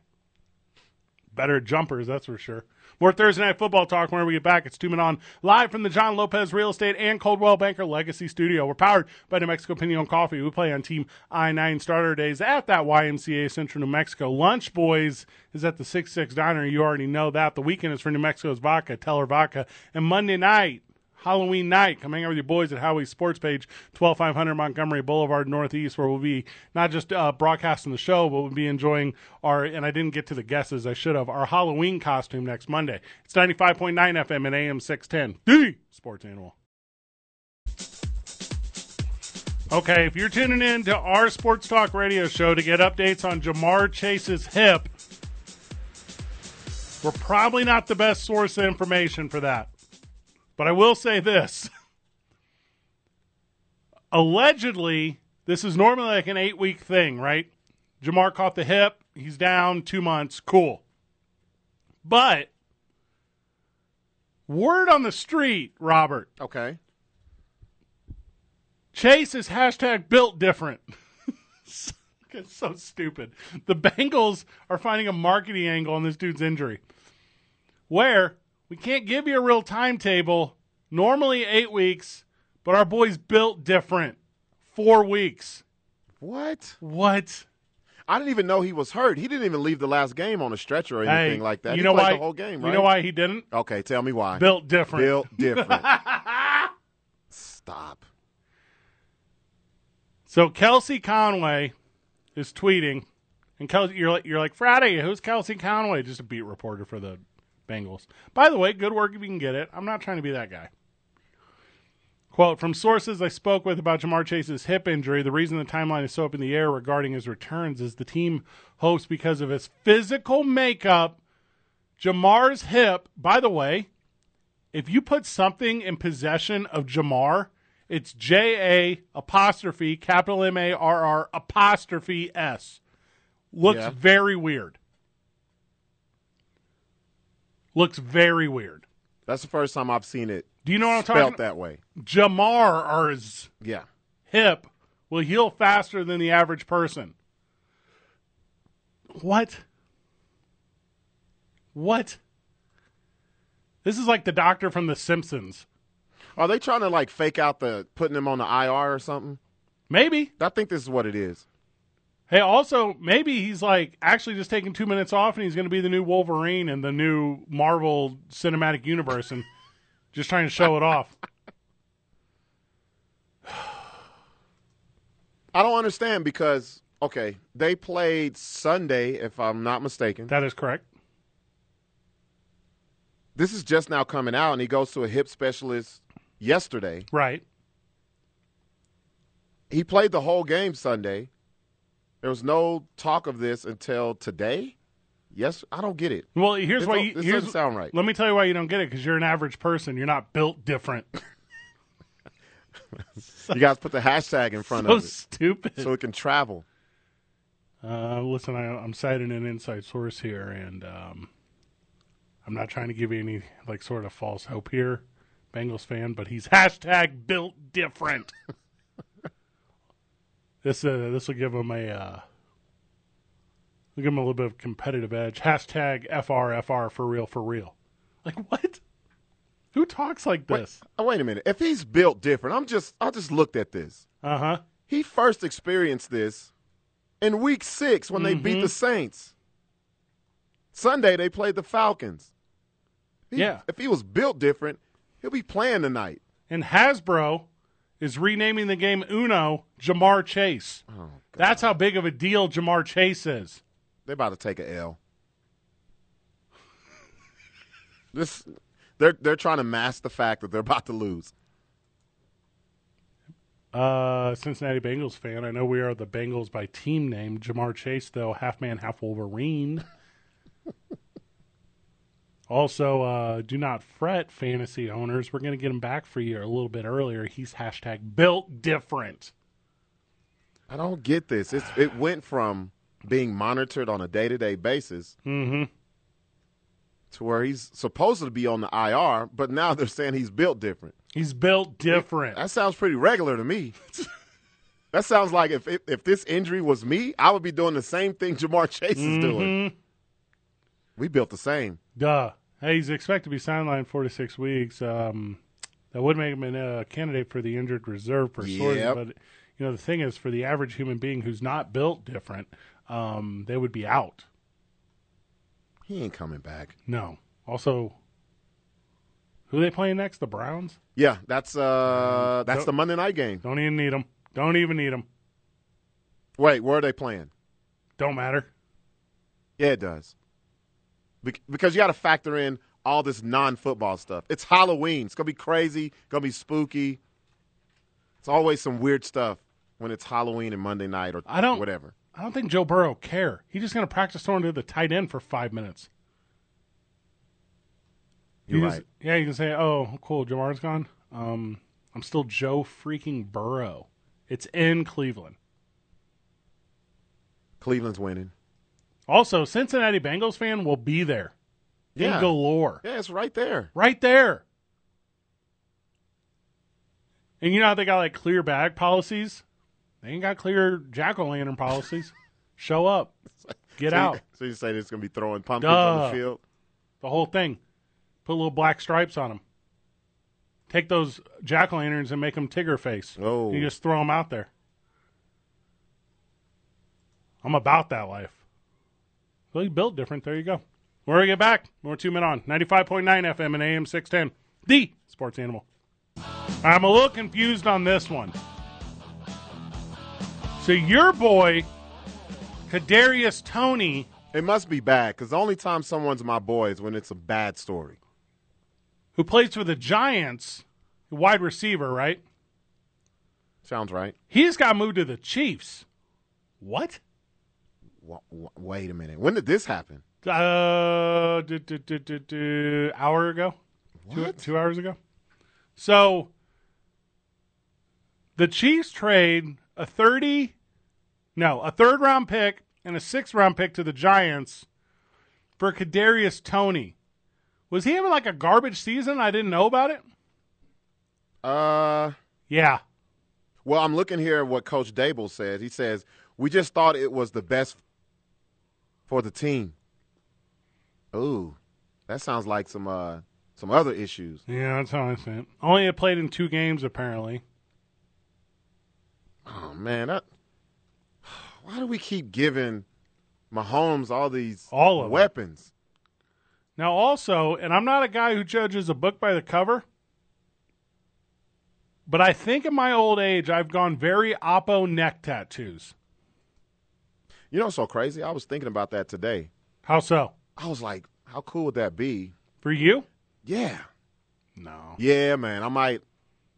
A: Better jumpers, that's for sure. More Thursday night football talk whenever we get back. It's two men on live from the John Lopez Real Estate and Coldwell Banker Legacy Studio. We're powered by New Mexico Pinion Coffee. We play on Team I nine starter days at that YMCA Central New Mexico. Lunch Boys is at the Six Six Diner. You already know that. The weekend is for New Mexico's vodka, Teller Vodka, and Monday night. Halloween night. Come hang out with your boys at Howie's Sports Page, 12500 Montgomery Boulevard Northeast, where we'll be not just uh, broadcasting the show, but we'll be enjoying our, and I didn't get to the guesses, I should have, our Halloween costume next Monday. It's 95.9 FM and AM 610. The Sports Animal. Okay, if you're tuning in to our Sports Talk radio show to get updates on Jamar Chase's hip, we're probably not the best source of information for that. But I will say this. Allegedly, this is normally like an eight week thing, right? Jamar caught the hip. He's down two months. Cool. But word on the street, Robert,
B: Okay.
A: Chase is hashtag built different. it's so stupid. The Bengals are finding a marketing angle on this dude's injury where we can't give you a real timetable, normally eight weeks, but our boy's built different. Four weeks.
B: What?
A: What?
B: I didn't even know he was hurt. He didn't even leave the last game on a stretcher or anything
A: Hey,
B: like that.
A: You
B: he
A: know
B: played
A: why?
B: the whole game, right?
A: You know why he didn't?
B: Okay, tell me why.
A: Built different.
B: Built different. Stop.
A: So Kelsey Conway is tweeting, and Kelsey, you're like, you're like Friday. Who's Kelsey Conway? Just a beat reporter for the Bengals. By the way, good work if you can get it. I'm not trying to be that guy. Quote from sources I spoke with about Jamar Chase's hip injury. The reason the timeline is so up in the air regarding his returns is the team hopes because of his physical makeup. Jamar's hip, by the way, if you put something in possession of Jamar, it's J A apostrophe capital M A R R apostrophe S. Looks
B: Yeah.
A: very weird. Looks very weird.
B: That's the first time I've seen it
A: Do you know what I'm
B: spelled
A: talking
B: that way.
A: Jamar or his
B: Yeah.
A: hip will heal faster than the average person. What? What? This is like the doctor from The Simpsons.
B: Are they trying to like fake out the putting him on the IR or something?
A: Maybe.
B: I think this is what it is.
A: Hey, also, maybe he's like actually just taking two minutes off and he's going to be the new Wolverine in the new Marvel cinematic universe and just trying to show it off.
B: I don't understand because okay, they played Sunday if I'm not mistaken.
A: That is correct.
B: This is just now coming out and he goes to a hip specialist yesterday.
A: Right.
B: He played the whole game Sunday. There was no talk of this until today? Yes, I don't get it.
A: Well, here's
B: This
A: why
B: don't-
A: you,
B: this
A: here's,
B: doesn't sound right.
A: Let me tell you why you don't get it because you're an average person. You're not built different.
B: You guys put the hashtag in front
A: so
B: of it
A: stupid.
B: so it can travel.
A: Uh, listen, I, I'm citing an inside source here, and um, I'm not trying to give you any like sort of false hope here, Bengals fan, but he's hashtag built different. this uh, this will give him a uh, will give him a little bit of competitive edge. Hashtag FRFR for real for real. Like what? Who talks like this?
B: Oh, wait a minute. If he's built different, I'm just I just looked at this.
A: Uh huh.
B: He first experienced this in week six when they
A: Mm-hmm.
B: beat the Saints. Sunday they played the Falcons. He-
A: Yeah.
B: If he was built different, he'll be playing tonight.
A: And Hasbro is renaming the game Uno Jamar Chase. That's how big of a deal Jamar Chase is.
B: They're about to take a L. This They're they're trying to mask the fact that they're about to lose.
A: Uh, Cincinnati Bengals fan. I know we are the Bengals by team name. Jamar Chase, though, half man, half Wolverine. also, uh, do not fret, fantasy owners. We're going to get him back for you a little bit earlier. He's hashtag built different.
B: I don't get this. It's it went from being monitored on a day to day basis
A: Mm-hmm.
B: to where he's supposed to be on the IR, but now they're saying he's built different.
A: He's built different.
B: That sounds pretty regular to me. that sounds like if, if if this injury was me, I would be doing the same thing Jamar Chase is doing. We built the same.
A: Duh. Hey, he's expected to be sidelined four to six weeks. Um, that would make him a uh, candidate for the injured reserve for sure.
B: Yep.
A: But you know, the thing is, for the average human being who's not built different, um, they would be out.
B: He ain't coming back.
A: No. Also, who they playing next? The Browns.
B: Yeah, that's uh that's
A: don't-
B: the Monday night game.
A: Don't even need them. Don't even need them.
B: Wait, where are they playing?
A: Don't matter.
B: Yeah, it does. Bec- because you got to factor in all this non-football stuff. It's Halloween. It's gonna be crazy. Gonna be spooky. It's always some weird stuff when it's Halloween and Monday night or
A: I don't-
B: whatever.
A: I don't think Joe Burrow care. He's just going to practice throwing to the tight end for five minutes.
B: You're
A: You
B: right.
A: just- yeah, you can say, "Oh, cool, Jamar's gone. Um, I'm still Joe freaking Burrow. It's in Cleveland."
B: Cleveland's winning.
A: Also, Cincinnati Bengals fan will be there. In
B: Yeah.
A: galore,
B: Yeah, it's right there.
A: right there. And you know how they got like clear bag policies? They ain't got clear jack o' lantern policies. Show up, get
B: so
A: out,
B: You, so you say it's gonna be throwing pumpkins on
A: Duh.
B: the field?
A: the whole thing. Put little black stripes on them. Take those jack o' lanterns and make them Tigger face.
B: Oh.
A: You just throw them out there. I'm about that life. Well, you built different. There you go. When we get back, more two men on 95.9 FM and AM 610. The sports animal. I'm a little confused on this one. So your boy, Kadarius Tony,
B: It must be bad because the only time someone's my boy is when it's a bad story.
A: who plays for the Giants, wide receiver, right?
B: Sounds right.
A: He's got moved to the Chiefs. What?
B: Wa- wa- wait a minute. When did this happen?
A: Uh, du- du- du- du- du- hour ago, two,
B: What?
A: two hours ago. So the Chiefs trade a thirty, no, a third round pick and a sixth round pick to the Giants for Kadarius Tony. Was he having like a garbage season? I didn't know about it.
B: Uh,
A: Yeah,
B: well, I'm looking here at what Coach Dable says. He says we just thought it was the best for the team. Ooh, that sounds like some uh some other issues.
A: yeah, that's how I said. it. Only had played in two games apparently.
B: Oh man, that, why do we keep giving Mahomes all these
A: All of 'em.
B: weapons?
A: Now, also, and I'm not a guy who judges a book by the cover, but I think in my old age, I've gone very oppo neck tattoos.
B: You know, what's so crazy. I was thinking about that today.
A: How so?
B: I was like, how cool would that be?
A: For you?
B: Yeah,
A: No.
B: yeah, man. I might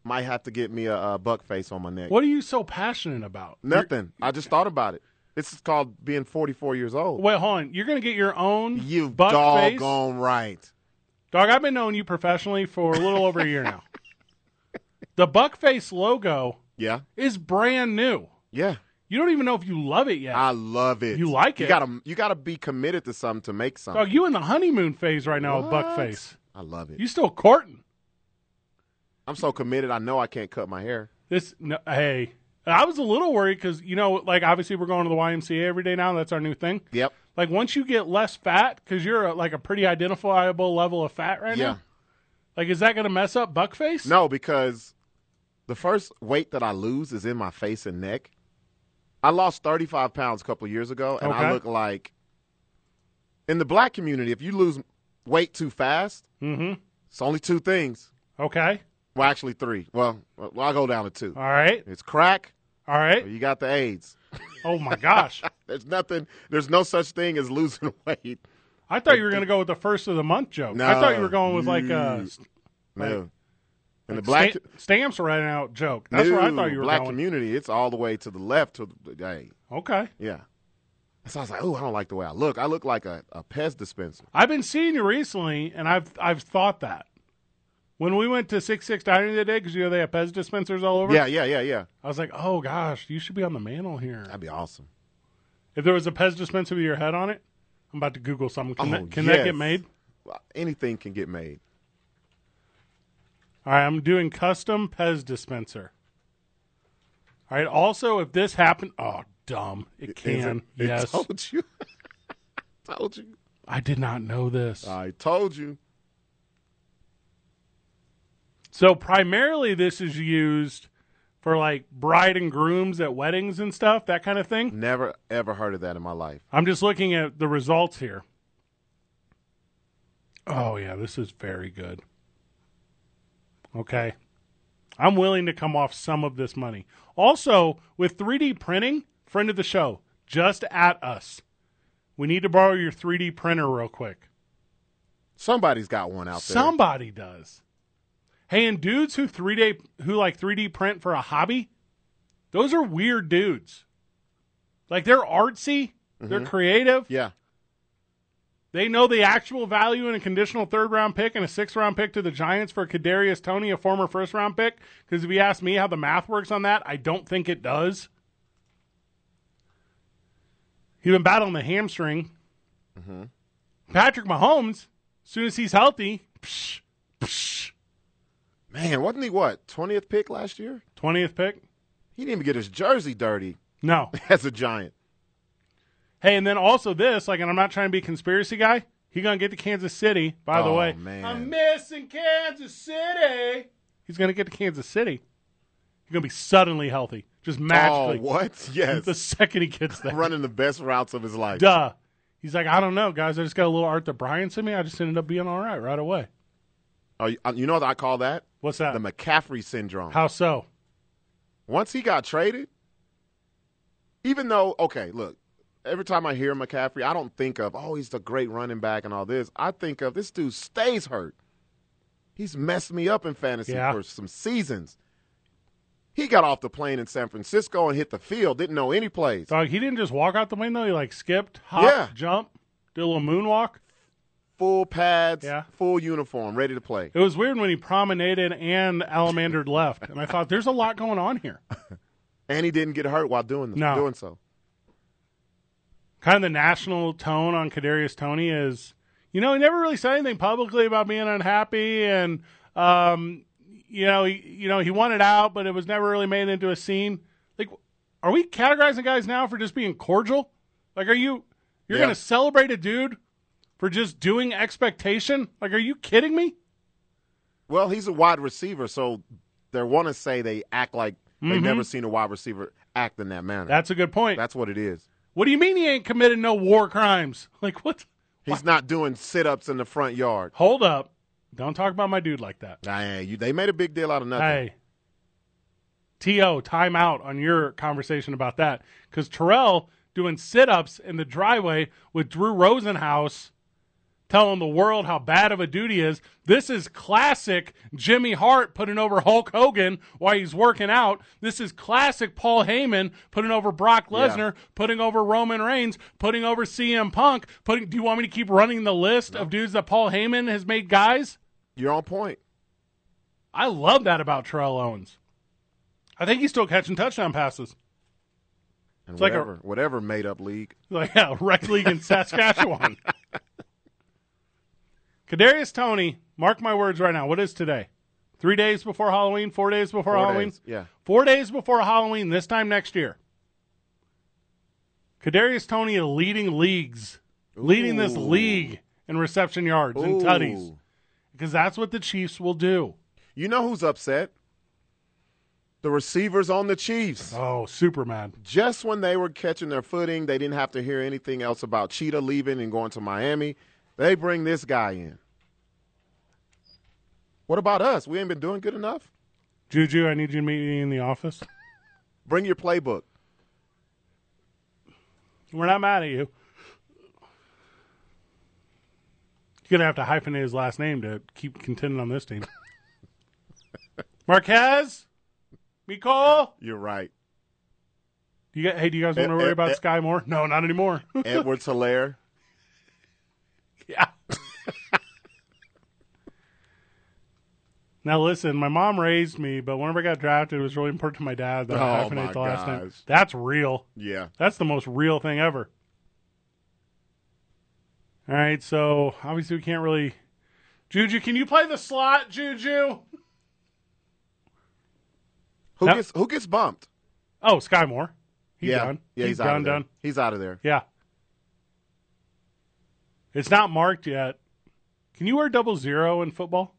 B: might have to get me a, a buck face on my neck.
A: What are you so passionate about?
B: Nothing. I just thought about it. This is called being 44 years old.
A: Wait, hold on. You're going to get your own
B: you
A: buck face?
B: doggone right.
A: Dog, I've been knowing you professionally for a little over a year now. The Buckface logo
B: Yeah,
A: is brand new.
B: yeah.
A: You don't even know if you love it yet.
B: I love it.
A: You like it.
B: You gotta you gotta be committed to something to make something.
A: Dog, you in the honeymoon phase right now with
B: What?
A: Buckface.
B: I love it.
A: You still courting.
B: I'm so committed. I know I can't cut my hair.
A: This no, hey, I was a little worried because you know, like obviously we're going to the YMCA every day now. That's our new thing.
B: Yep.
A: Like once you get less fat, because you're a, like a pretty identifiable level of fat right
B: yeah.
A: now. Like, is that going to mess up Buckface?
B: No, because the first weight that I lose is in my face and neck. I lost 35 pounds a couple years ago, and
A: Okay.
B: I look like in the black community. If you lose weight too fast,
A: Mm-hmm.
B: it's only two things.
A: Okay.
B: Well, actually, three. Well, well, I'll go down to two.
A: All right.
B: It's crack,
A: All
B: or
A: right.
B: you got the AIDS.
A: Oh my gosh.
B: There's nothing. There's no such thing as losing weight.
A: I thought you were going to go with the first of the month joke. I thought you were going with like uh,
B: No.
A: s-
B: No. And the black
A: sta- stamps running out joke. That's where I
B: no,
A: thought you were
B: black
A: going.
B: community, it's all the way to the left to the hey,
A: Okay,
B: yeah. So I was like, oh, I don't like the way I look. I look like a, a pest dispenser.
A: I've been seeing you recently, and I've I've thought that when we went to Six Six Dining the other day because you know they have Pez dispensers all over.
B: Yeah, yeah, yeah, yeah.
A: I was like, oh gosh, you should be on the mantle here.
B: That'd be awesome.
A: If there was a Pez dispenser with your head on it, I'm about to Google something. Can,
B: Oh,
A: that, can that
B: yes.
A: get made?
B: Well, Anything can get made.
A: All right, I'm doing custom Pez dispenser. All right. Also, if this happened, oh, dumb. It can.
B: Is it-
A: yes.
B: I told you. told you.
A: I did not know this.
B: I told you.
A: so primarily, this is used for like bride and grooms at weddings and stuff, that kind of thing.
B: Never ever heard of that in my life.
A: I'm just looking at the results here. Oh yeah, this is very good. Okay. I'm willing to come off some of this money. Also, with 3D printing, friend of the show, just at us. We need to borrow your 3D printer real quick.
B: Somebody's got one out there.
A: Somebody does. Hey, and dudes who three D who like three D print for a hobby, those are weird dudes. Like they're artsy, they're
B: Mm-hmm.
A: creative.
B: Yeah.
A: They know the actual value in a conditional third round pick and a sixth round pick to the Giants for Kadarius Tony, a former first round pick. Because if you ask me how the math works on that, I don't think it does. He's been battling the hamstring. Patrick Mahomes, soon as he's healthy, psh, psh,
B: Man, wasn't he what? 20th pick last year?
A: 20th pick.
B: He didn't even get his jersey dirty
A: No.
B: as a giant.
A: Hey, and then also this, like, and I'm not trying to be a conspiracy guy. He gonna get to Kansas City. By the
B: Oh,
A: way,
B: man.
A: I'm missing Kansas City. He's gonna get to Kansas City. He's gonna be suddenly healthy, just magically.
B: Oh, what? Yes.
A: The second he gets there,
B: Running the best routes of his life.
A: duh. He's like, I don't know, guys. I just got a little Arthur Bryant to me. I just ended up being all right right away.
B: Oh, you- uh, you know what I call that?
A: What's that?
B: The McCaffrey syndrome.
A: How so?
B: Once he got traded, even though, okay, look, every time I hear McCaffrey, I don't think of, oh, he's the great running back and all this. I think of this dude stays hurt. He's messed me up in fantasy
A: Yeah.
B: for some seasons. He got off the plane in San Francisco and hit the field, didn't know any plays.
A: Dog, he didn't just walk out the window. He like skipped, hopped,
B: Yeah.
A: jumped, did a little moonwalk.
B: Full pads,
A: Yeah.
B: full uniform, ready to play.
A: It was weird when he promenaded and alamandered left, and I thought, there's a lot going on here.
B: And he didn't get hurt while doing, this,
A: No.
B: doing so.
A: kind of the national tone on Kadarius Tony is, you know, he never really said anything publicly about being unhappy, and um, you know, he, you know, he wanted out, but it was never really made into a scene. Like, are we categorizing guys now for just being cordial? Like, are you you're
B: Yeah.
A: gonna celebrate a dude for just doing expectation? Like, are you kidding me?
B: Well, he's a wide receiver, so they want to say they act like
A: Mm-hmm.
B: they've never seen a wide receiver act in that manner.
A: That's a good point.
B: That's what it is.
A: what do you mean he ain't committed no war crimes? Like, what?
B: He's not doing sit ups in the front yard.
A: Hold up! Don't talk about my dude like that.
B: Nah, you, they made a big deal out of nothing.
A: Hey, T.O., time out on your conversation about that. Because Terrell doing sit ups in the driveway with Drew Rosenhaus telling the world how bad of a dude he is. This is classic Jimmy Hart putting over Hulk Hogan while he's working out. This is classic Paul Heyman putting over Brock Lesnar, putting over Roman Reigns, putting over CM Punk. Putting, do you want me to keep running the list of dudes that Paul Heyman has made guys?
B: You're on point.
A: I love that about Terrell Owens. I think he's still catching touchdown passes.
B: And
A: like a-
B: whatever, whatever made up league.
A: Like, yeah, rec league in Saskatchewan. Kadarius Tony, mark my words right now. What is today? Three days before Halloween, four days before
B: Four
A: Halloween?
B: days, yeah.
A: Four days before Halloween, this time next year. Kadarius Tony is leading leagues, leading this
B: Ooh.
A: league in reception yards and tutties
B: Ooh.
A: because that's what the Chiefs will do.
B: You know who's upset? The receivers on the Chiefs.
A: Oh, super mad.
B: Just when they were catching their footing, they didn't have to hear anything else about Cheetah leaving and going to Miami. They bring this guy in. What about us? We ain't been doing good enough.
A: Juju, I need you to meet me in the office.
B: Bring your playbook.
A: We're not mad at you. You're gonna have to hyphenate his last name to keep contending on this team. Marquez, Nicole.
B: You're right.
A: You got, hey, do you guys want to
B: Eh,
A: worry
B: eh,
A: about
B: eh.
A: Sky more? No, not anymore.
B: Edward Hilaire.
A: yeah. now listen, my mom raised me, but whenever I got drafted, it was really important to my dad that I
B: Oh, my
A: hyphenate the last name.
B: gosh.
A: That's real.
B: Yeah.
A: That's the most real thing ever. All right, so obviously we can't really. Juju, can you play the slot, Juju?
B: Who
A: That-
B: gets who gets bumped?
A: Oh, Skymore. He's
B: yeah.
A: done.
B: Yeah, he's,
A: he's
B: out
A: done,
B: of there.
A: done.
B: He's out of there.
A: Yeah. It's not marked yet. Can you wear double zero in football?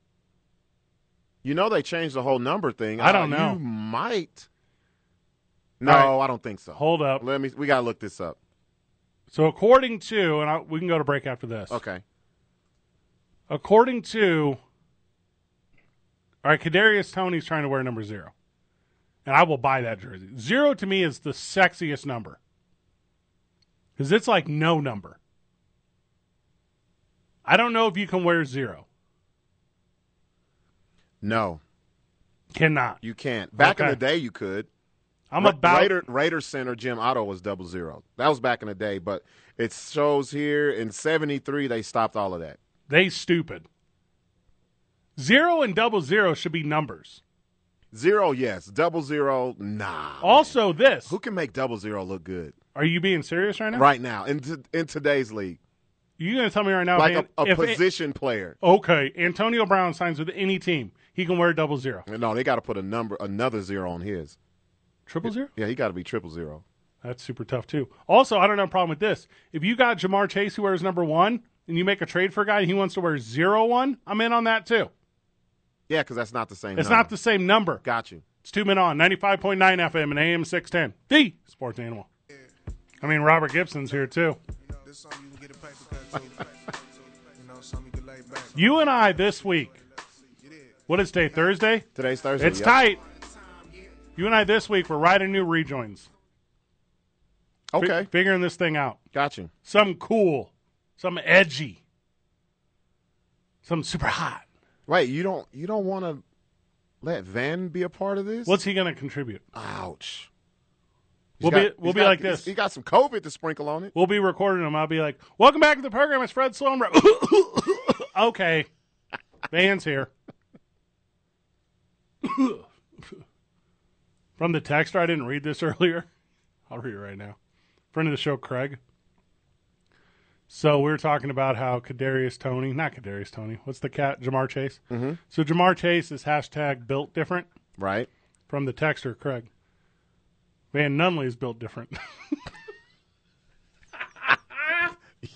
B: You know they changed the whole number thing.
A: I don't
B: Uh,
A: know.
B: You might. No,
A: All
B: I don't think so.
A: Hold up.
B: Let me. We gotta look this up.
A: So according to, and I, we can go to break after this.
B: Okay.
A: According to, all right, Kadarius Tony's trying to wear number zero, and I will buy that jersey. Zero to me is the sexiest number because it's like no number. I don't know if you can wear zero.
B: No,
A: Cannot.
B: you can't. Back in
A: Okay.
B: the day, you could.
A: I'm
B: Ra-
A: about
B: Raider, Raider Center Jim Otto was double zero. That was back in the day, but it shows here in '73 they stopped all of that.
A: They stupid. Zero and double zero should be numbers.
B: Zero, yes. Double zero, nah.
A: Also, this.
B: Who can make double zero look good
A: Are you being serious right now?
B: right now in t- in today's league?
A: You gonna tell me right now?
B: Like
A: Van-
B: a, a
A: if it-
B: position player.
A: okay, Antonio Brown signs with any team. He can wear double zero,
B: No, they got to put a number, another zero on his.
A: triple zero.
B: Yeah, he got to be triple zero.
A: That's super tough too. Also, I don't have a problem with this. If you got Jamar Chase who wears number one, and you make a trade for a guy and he wants to wear zero one, I'm in on that too.
B: Yeah, because that's not the same.
A: It's
B: number.
A: not the same number.
B: Got you.
A: It's two men on 95.9 FM and AM 610. The sports animal. I mean, Robert Gibson's here too.
D: This something you can get a paper cut to. you know, something you can lay back.
A: You and I this week. What is today? Thursday?
B: Today's Thursday.
A: It's
B: yep.
A: tight. You and I this week, we're writing new rejoins. Fi-
B: Okay,
A: figuring this thing out.
B: got you.
A: Some cool, some edgy, some super hot.
B: Wait, you don't you don't want to let Van be a part of this?
A: What's he going to contribute?
B: ouch?
A: We'll
B: He's
A: be- we'll
B: he's
A: be like this.
B: He got some COVID to sprinkle on it.
A: We'll be recording him. I'll be like, welcome back to the program. It's Fred Sloan. okay. Van's here. From the text, I didn't read this earlier. I'll read it right now. Friend of the show, Craig. So we were talking about how Kadarius Tony, not Kadarius Tony, what's the cat? Jamar Chase. Mm-hmm. So Jamar Chase is hashtag built different
B: Right.
A: from the texter, Craig. Van Nunley is built different.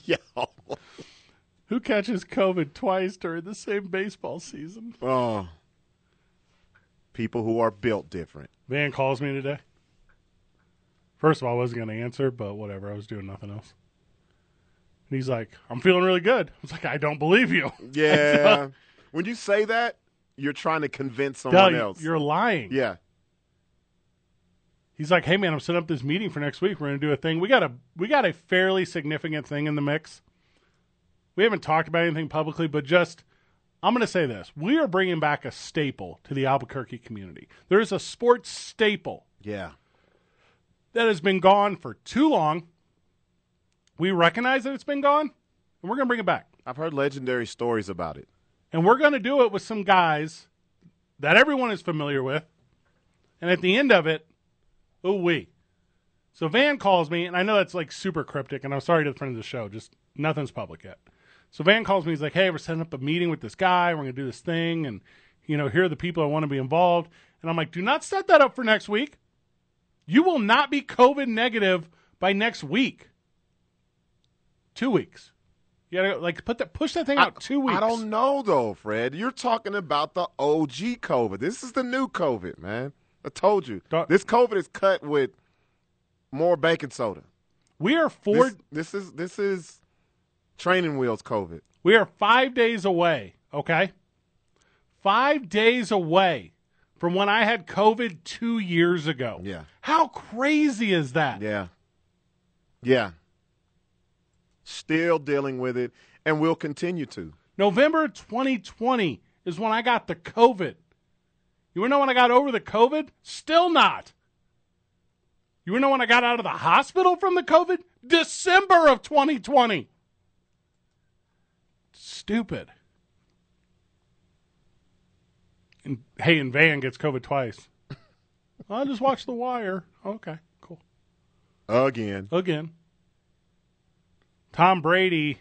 B: Yeah.
A: Who catches COVID twice during the same baseball season?
B: Oh. People who are built different.
A: Van calls me today. First of all, I wasn't going to answer, but whatever. I was doing nothing else. And he's like, I'm feeling really good. I was like, I don't believe you.
B: Yeah. when you say that, you're trying to convince
A: Doug,
B: someone else.
A: you're lying.
B: yeah.
A: He's like, hey, man, I'm setting up this meeting for next week. We're going to do a thing. We got a, we got a fairly significant thing in the mix. We haven't talked about anything publicly, but just, I'm going to say this. We are bringing back a staple to the Albuquerque community. There is a sports staple
B: Yeah.
A: that has been gone for too long. We recognize that it's been gone, and we're going to bring it back.
B: I've heard legendary stories about it.
A: And we're going to do it with some guys that everyone is familiar with. And at the end of it, ooh wee. So Van calls me, and I know that's like super cryptic, and I'm sorry to the friend of the show, just nothing's public yet. So Van calls me, he's like, hey, we're setting up a meeting with this guy, we're going to do this thing, and, you know, here are the people I want to be involved. And I'm like, do not set that up for next week. You will not be COVID negative by next week. Two weeks. You gotta like put that push that thing out two weeks.
B: I don't know though, Fred. You're talking about the OG COVID. This is the new COVID, man. I told you.
A: Doc-
B: this COVID is cut with more baking soda.
A: We are four.
B: This, this is this is training wheels COVID.
A: we are five days away. Okay, five days away from when I had COVID two years ago.
B: Yeah.
A: How crazy is that?
B: Yeah. Yeah. Still dealing with it and we'll continue to.
A: November 2020 is when I got the COVID. You wanna know when I got over the COVID? Still not. You wanna know when I got out of the hospital from the COVID? December of 2020. Stupid. And hey, and Van gets COVID twice. I just watched The Wire. Okay, cool.
B: Again.
A: Again. Tom Brady,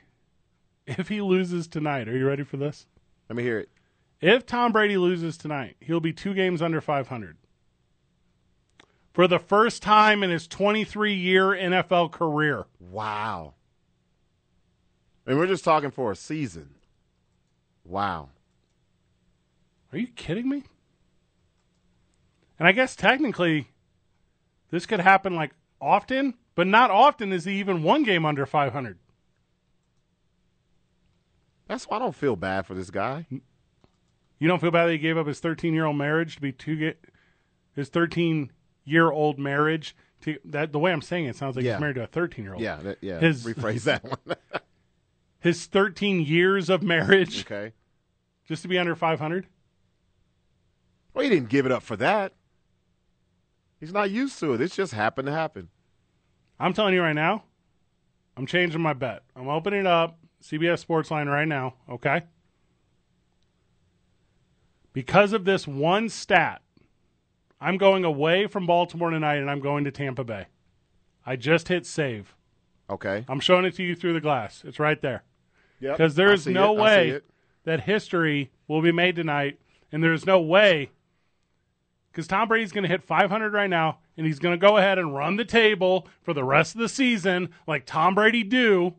A: if he loses tonight, are you ready for this?
B: Let me hear it.
A: If Tom Brady loses tonight, he'll be two games under 500. For the first time in his 23 year NFL career.
B: Wow. And we're just talking for a season. Wow.
A: Are you kidding me? And I guess technically, this could happen like often, but not often is he even one game under 500.
B: That's why I don't feel bad for this guy.
A: You don't feel bad that he gave up his 13 year old marriage to be two get his 13 year old marriage to that the way I'm saying it sounds like
B: Yeah.
A: he's married to a 13 year old.
B: Yeah, that, yeah.
A: His-
B: Rephrase that one.
A: His 13 years of marriage
B: okay.
A: just to be under 500.
B: Well, he didn't give it up for that. He's not used to it. It's just happened to happen.
A: I'm telling you right now, I'm changing my bet. I'm opening up CBS Sportsline right now, okay? Because of this one stat, I'm going away from Baltimore tonight and I'm going to Tampa Bay. I just hit save.
B: Okay.
A: I'm showing it to you through the glass. It's right there.
B: Yep.
A: Because there
B: I
A: is
B: see
A: no
B: it. I see
A: way
B: it.
A: that history will be made tonight, and there is no way because Tom Brady's going to hit 500 right now, and he's going to go ahead and run the table for the rest of the season like Tom Brady do.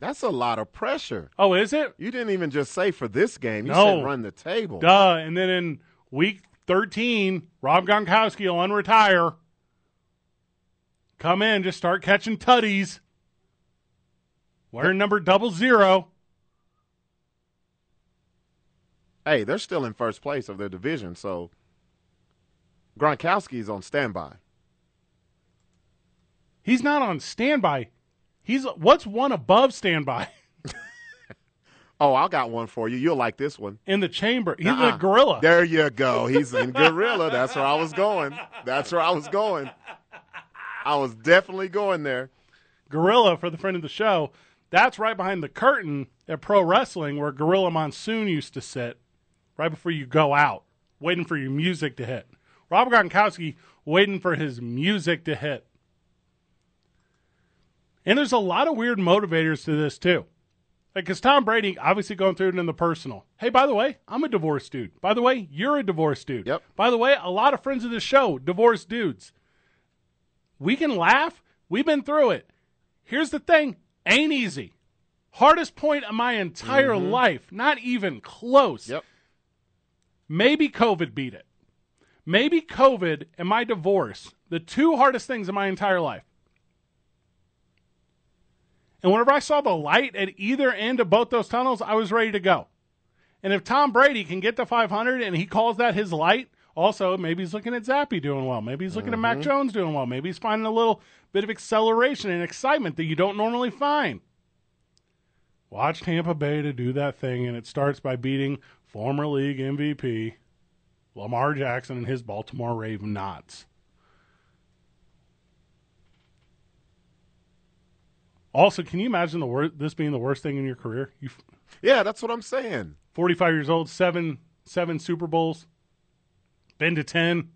B: That's a lot of pressure.
A: Oh, is it?
B: You didn't even just say for this game. You
A: No.
B: said run the table.
A: Duh. And then in week 13, Rob Gronkowski will unretire. Come in, just start catching tutties. Wearing number double zero.
B: Hey, they're still in first place of their division, so Gronkowski's on standby.
A: He's not on standby. He's what's one above standby
B: Oh, I got one for you. You'll like this one.
A: in the chamber. He's
B: Nuh-uh.
A: a gorilla.
B: There you go. He's in gorilla. That's where I was going. That's where I was going. I was definitely going there.
A: Gorilla for the friend of the show. That's right behind the curtain at pro wrestling where Gorilla Monsoon used to sit right before you go out, waiting for your music to hit. Rob Gronkowski waiting for his music to hit. And there's a lot of weird motivators to this too. Like, cause Tom Brady obviously going through it in the personal. Hey, by the way, I'm a divorced dude. By the way, you're a divorced dude.
B: Yep.
A: By the way, a lot of friends of the show, divorced dudes. We can laugh. We've been through it. Here's the thing: ain't easy. Hardest point of my entire life. Not even close.
B: Yep.
A: Maybe COVID beat it. Maybe COVID and my divorce, the two hardest things in my entire life. And whenever I saw the light at either end of both those tunnels, I was ready to go. And if Tom Brady can get to 500 and he calls that his light, also maybe he's looking at Zappy doing well. Maybe he's looking at Mac Jones doing well. Maybe he's finding a little bit of acceleration and excitement that you don't normally find. Watch Tampa Bay to do that thing, and it starts by beating former league MVP Lamar Jackson and his Baltimore Raven knots. Also, can you imagine the wor- this being the worst thing in your career? You f-
B: Yeah, that's what I'm saying.
A: 45 years old, seven seven Super Bowls, been to 10.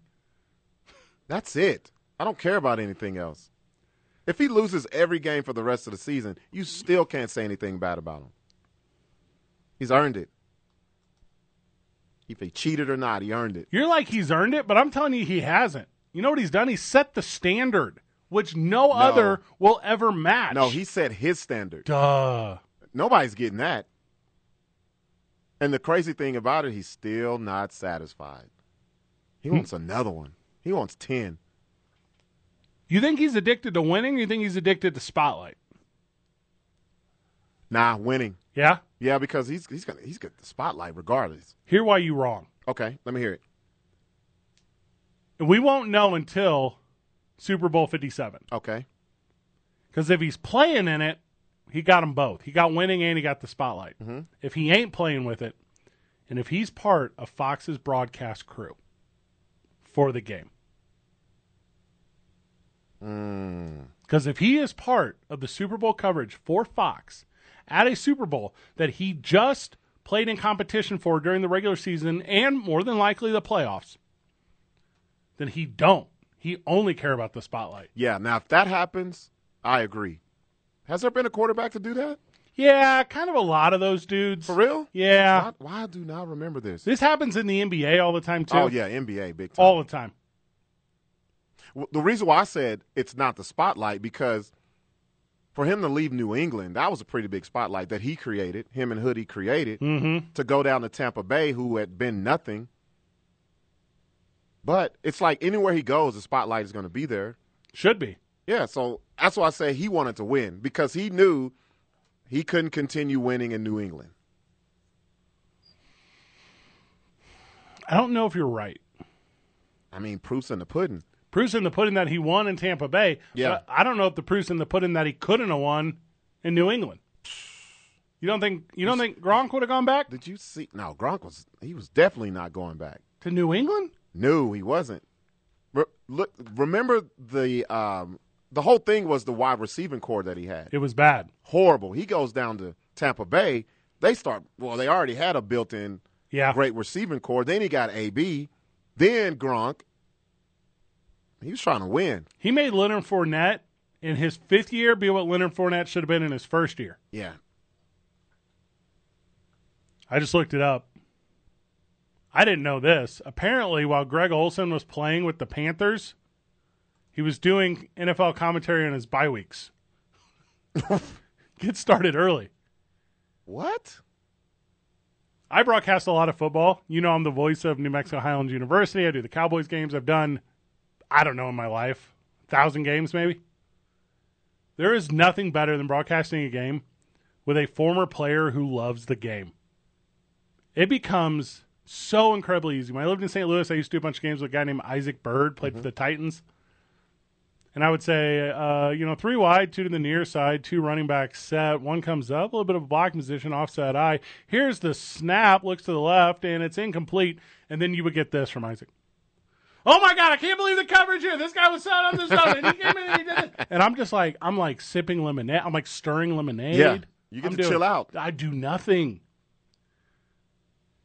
B: That's it. I don't care about anything else. If he loses every game for the rest of the season, you still can't say anything bad about him. He's earned it. If he cheated or not, he earned it.
A: You're like he's earned it, but I'm telling you he hasn't. You know what he's done? He set the standard, which no, other will ever match.
B: No, he set his standard.
A: duh.
B: Nobody's getting that. And the crazy thing about it, he's still not satisfied. He wants another one. He wants 10.
A: You think he's addicted to winning? Or you think he's addicted to spotlight?
B: Nah, winning.
A: Yeah.
B: Yeah, because he's he's gonna he's got the spotlight regardless.
A: Hear why you wrong.
B: Okay, let me hear it.
A: And we won't know until Super Bowl 57.
B: Okay.
A: Because if he's playing in it, He got them both. He got winning and he got the spotlight. If he ain't playing with it, and if he's part of Fox's broadcast crew for the game, because if he is part of the Super Bowl coverage for Fox at a Super Bowl that he just played in competition for during the regular season and more than likely the playoffs, then he don't. He only care about the spotlight.
B: Yeah, now if that happens, I agree. Has there been a quarterback to do that?
A: Yeah, kind of a lot of those dudes.
B: For real?
A: Yeah.
B: Why, why I do not remember this?
A: This happens in the NBA all the time too. Oh.
B: Oh yeah, NBA big time.
A: all the time.
B: W- The reason why I said it's not the spotlight because for him to leave New England, that was a pretty big spotlight that he created. Him and Hoodie created
A: Mm-hmm.
B: to go down to Tampa Bay, who had been nothing. But it's like anywhere he goes, the spotlight is going to be there.
A: Should be.
B: Yeah, so that's why I say he wanted to win because he knew he couldn't continue winning in New England.
A: I don't know if you're right.
B: I mean, proof's in the pudding.
A: Proof's in the pudding that he won in Tampa Bay.
B: Yeah.
A: but I don't know if the proof's in the pudding that he couldn't have won in New England. You don't think you don't think Gronk would have gone back
B: Did you see? No, Gronk was he was definitely not going back.
A: to New England?
B: No, he wasn't. Re- look, remember the um, the whole thing was the wide receiving core that he had.
A: It was bad.
B: Horrible. He goes down to Tampa Bay. They start well. They already had a built-in
A: Yeah.
B: great receiving core. Then he got AB. Then Gronk. He was trying to win.
A: He made Leonard Fournette in his fifth year be what Leonard Fournette should have been in his first year.
B: Yeah,
A: I just looked it up. I didn't know this. Apparently, while Greg Olson was playing with the Panthers, he was doing NFL commentary on his bye weeks. Get started early.
B: What?
A: I broadcast a lot of football. You know, I'm the voice of New Mexico Highlands University. I do the Cowboys games. I've done, I don't know, in my life, thousand games maybe. There is nothing better than broadcasting a game with a former player who loves the game. It becomes so incredibly easy. When I lived in St. Louis, I used to do a bunch of games with a guy named Isaac Bird, played
B: Mm-hmm.
A: for the Titans. And I would say, uh, you know, three wide, two to the near side, two running back set. One comes up, a little bit of a blocking position, offside eye. Here's the snap, looks to the left, and it's incomplete. And then you would get this from Isaac. Oh my God, I can't believe the coverage here. This guy was set up this zone, and he came in and he did it. And I'm just like, I'm like sipping lemonade. I'm like stirring lemonade.
B: Yeah, you get
A: I'm
B: to chill out.
A: I do nothing.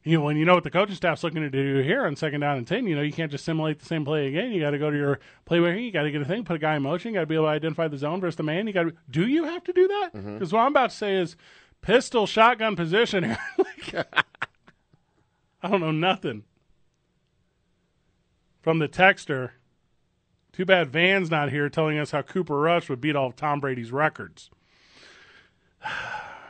A: You know, and you know what the coaching staff's looking to do here on second down and ten. You know, you can't just simulate the same play again. You got to go to your playbook. You got to get a thing, put a guy in motion. You got to be able to identify the zone versus the man. You got to. Do you have to do that? Because what I'm about to say is pistol shotgun position. here. Like, I don't know nothing. From the texter, too bad Van's not here telling us how Cooper Rush would beat all of Tom Brady's records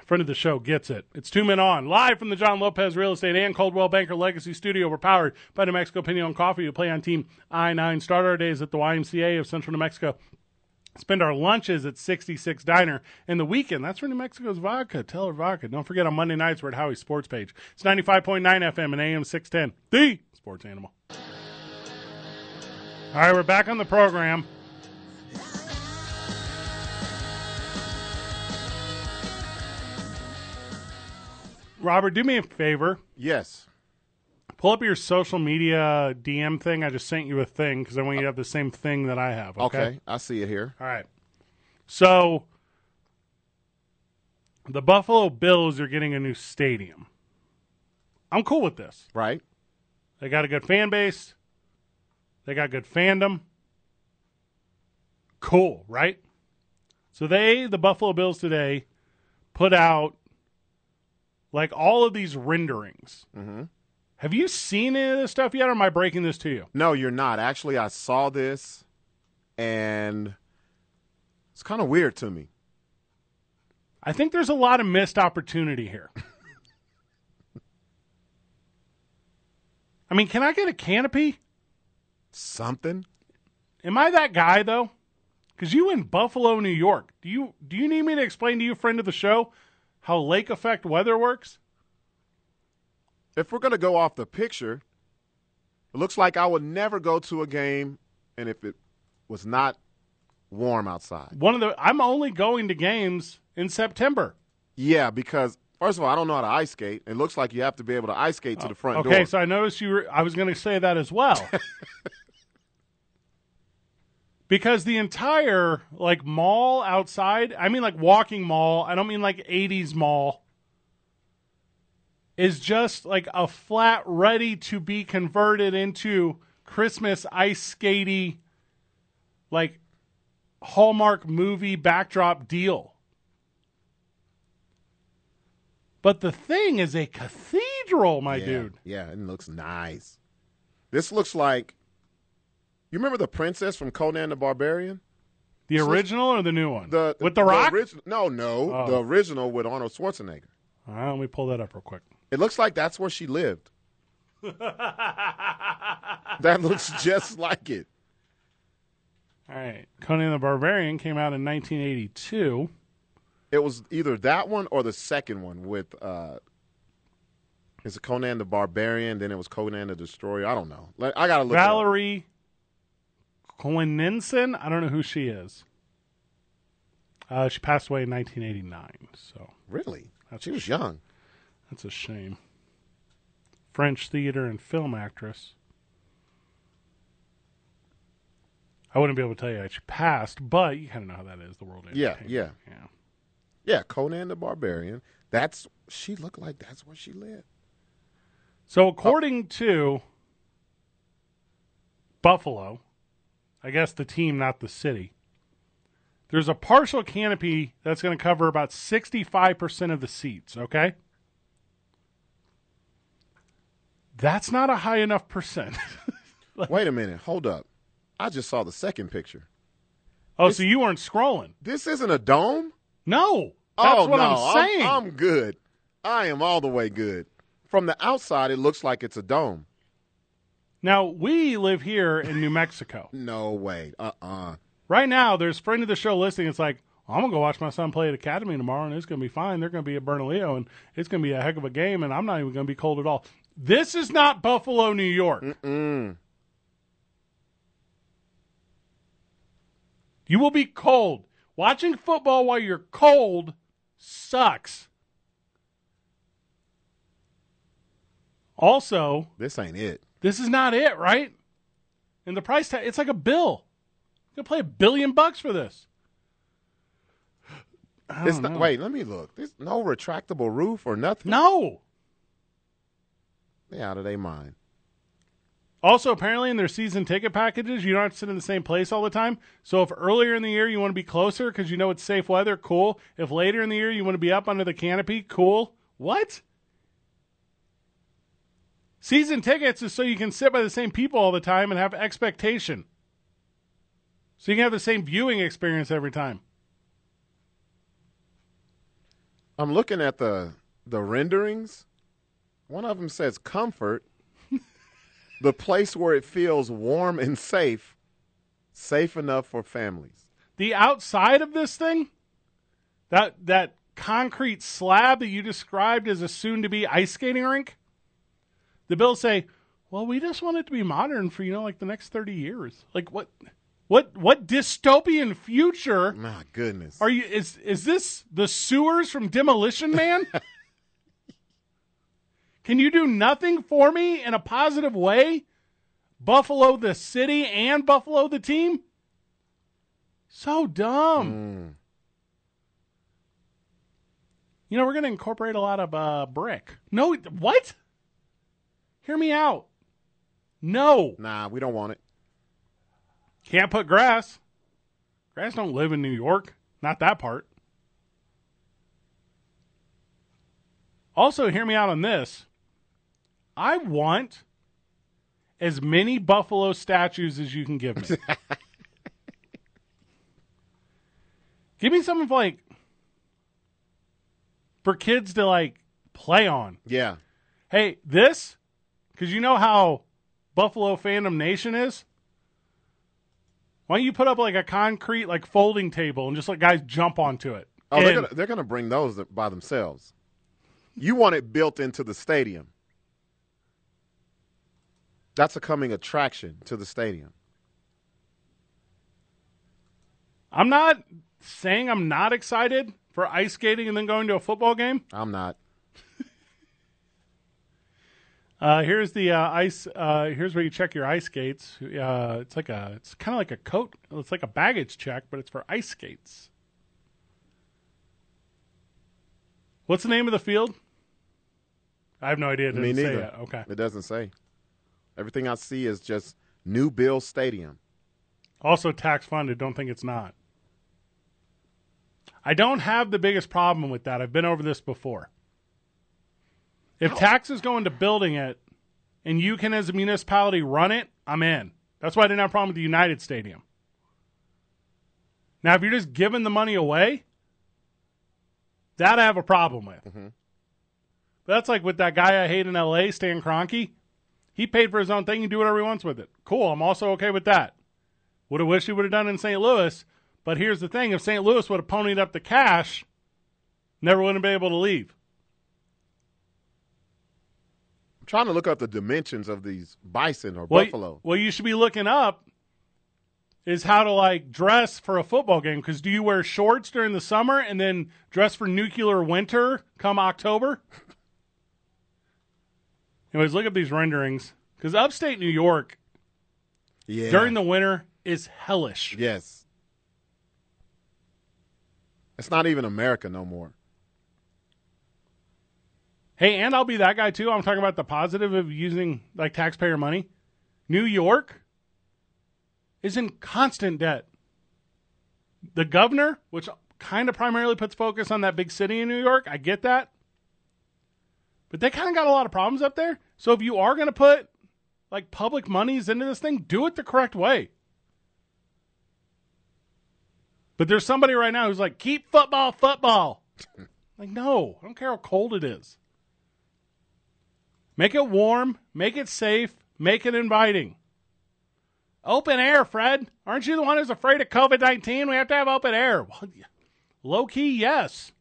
A: friend of the show gets it. It's two men on live from the John Lopez Real Estate and Coldwell Banker Legacy Studio. We're powered by New Mexico Pinion Coffee. We play on Team I nine. Start our days at the YMCA of Central New Mexico. Spend our lunches at 66 Diner and the weekend. That's for New Mexico's vodka. Tell her vodka. Don't forget on Monday nights we're at Howie's Sports Page. It's 95.9 FM and AM 610. The Sports Animal. All right, we're back on the program. Robert, do me a favor.
B: Yes.
A: Pull up your social media DM thing. I just sent you a thing because I want you to have the same thing that I have. Okay?
B: Okay. I see it here.
A: All right. So the Buffalo Bills are getting a new stadium. I'm cool with this.
B: Right.
A: They got a good fan base. They got good fandom. Cool, right? So they, the Buffalo Bills today, put out like all of these renderings. Mm-hmm. Have you seen any of this stuff yet? Or am I breaking this to you?
B: No, you're not. Actually, I saw this and it's kind of weird to me.
A: I think there's a lot of missed opportunity here. I mean, can I get a canopy?
B: Something?
A: Am I that guy though? Because you in Buffalo, New York, do you do you need me to explain to you, friend of the show, how lake effect weather works?
B: If we're going to go off the picture, it looks like I would never go to a game and if it was not warm outside.
A: One of the I'm only going to games in September.
B: Yeah, because first of all, I don't know how to ice skate. It looks like you have to be able to ice skate to the front
A: Oh, okay,
B: door.
A: so I noticed you were. I was going to say that as well. because the entire like mall outside, I mean like walking mall, I don't mean like 80s mall is just like a flat ready to be converted into Christmas ice skatey like Hallmark movie backdrop deal. But the thing is a cathedral, my
B: yeah,
A: dude.
B: Yeah, it looks nice. This looks like you remember the princess from Conan the Barbarian?
A: The original or the new one?
B: The
A: With the rock?
B: origi- no, no,
A: Oh.
B: the original with Arnold Schwarzenegger.
A: All right, let me pull that up real quick.
B: It looks like that's where she lived. that looks just like it.
A: All right. Conan the Barbarian came out in 1982.
B: It was either that one or the second one with uh is it Conan the Barbarian, then it was Conan the Destroyer. I don't know. Like, I gotta look it up.
A: Valerie Koninson, I don't know who she is. Uh, she passed away in 1989, so
B: Really? She was young.
A: that's a shame. French theater and film actress. I wouldn't be able to tell you how she passed, but you kind of know how that is. The world. of
B: Yeah,
A: entertainment.
B: yeah.
A: yeah.
B: Yeah, Conan the Barbarian. That's she looked like that's where she lived.
A: So according to Buffalo, I guess the team, not the city, there's a partial canopy that's going to cover about 65% of the seats, okay? That's not a high enough percent.
B: Wait a minute, hold up. I just saw the second picture.
A: oh, so you weren't scrolling.
B: This isn't a dome?
A: No. That's
B: oh
A: what
B: no,
A: I'm saying.
B: I'm good. I am all the way good. From the outside it looks like it's a dome.
A: now, we live here in New Mexico.
B: No way. Uh uh
A: Right now, there's friend of the show listening. It's like I'm gonna go watch my son play at Academy tomorrow, and it's gonna be fine. They're gonna be at Bernalillo, and it's gonna be a heck of a game, and I'm not even gonna be cold at all. This is not Buffalo, New York. You will be cold. Watching football while you're cold sucks. Also,
B: This ain't it.
A: this is not it, right? And the price tag, it's like a bill. You can play a billion bucks for this. I
B: It's
A: don't
B: not,
A: know.
B: wait, let me look. There's no retractable roof or nothing.
A: No.
B: They out of their mind.
A: Also, apparently, in their season ticket packages, you don't have to sit in the same place all the time. So, if earlier in the year you want to be closer because you know it's safe weather, cool. If later in the year you want to be up under the canopy, cool. What? Season tickets is so you can sit by the same people all the time and have expectation. So you can have the same viewing experience every time.
B: I'm looking at the the renderings. One of them says comfort, the place where it feels warm and safe, safe enough for families.
A: the outside of this thing that that concrete slab that you described as a soon to be ice skating rink the bills say well we just want it to be modern for you know like the next 30 years like what what what dystopian future
B: My goodness.
A: are you is is this the sewers from demolition man can you do nothing for me in a positive way buffalo the city and buffalo the team so dumb you know we're going to incorporate a lot of uh, brick no what hear me out no
B: nah, we don't want it.
A: can't put grass. Grass don't live in New York. Not that part. Also, hear me out on this. I want as many buffalo statues as you can give me. give me something for, like for kids to like play on.
B: Yeah.
A: Hey, this, because you know how Buffalo fandom nation is. Why don't you put up like a concrete like folding table and just let guys jump onto it?
B: Oh, they're
A: And-
B: gonna, they're gonna bring those by themselves. You want it built into the stadium. That's a coming attraction to the stadium.
A: I'm not saying I'm not excited, for ice skating and then going to a football game?
B: I'm not.
A: Uh, here's the uh, ice. Uh, here's where you check your ice skates. Uh, it's like a. It's kind of like a coat. It's like a baggage check, but it's for ice skates. What's the name of the field? I have no idea. It
B: Me
A: doesn't say
B: neither.
A: yet. Okay.
B: It doesn't say. Everything I see is just New Bill Stadium.
A: Also tax funded. Don't think it's not. I don't have the biggest problem with that. I've been over this before. If taxes go into building it and you can, as a municipality, run it, I'm in. That's why I didn't have a problem with the United Stadium. Now, if you're just giving the money away, that I have a problem with. That's like with that guy I hate in LA, Stan Kroenke. He paid for his own thing. You do whatever he wants with it. Cool. I'm also okay with that. Would have wished he would have done it in St. Louis. But here's the thing: if St. Louis would have ponied up the cash, never would have been able to leave.
B: I'm trying to look up the dimensions of these bison or
A: What-
B: buffalo.
A: What you should be looking up is how to like dress for a football game. Because do you wear shorts during the summer and then dress for nuclear winter come October? Anyways, look up these renderings because upstate New York
B: Yeah.
A: during the winter is hellish.
B: yes. It's not even America no more.
A: Hey, and I'll be that guy too. I'm talking about the positive of using like taxpayer money. New York is in constant debt. The governor, which kind of primarily puts focus on that big city in New York, I get that. But they kind of got a lot of problems up there. So if you are going to put like public monies into this thing, do it the correct way. But there's somebody right now who's like, keep football, football. like, no, I don't care how cold it is. Make it warm, make it safe, make it inviting. Open air, Fred. Aren't you the one who's afraid of COVID 19? We have to have open air. Well, yeah. low key, yes.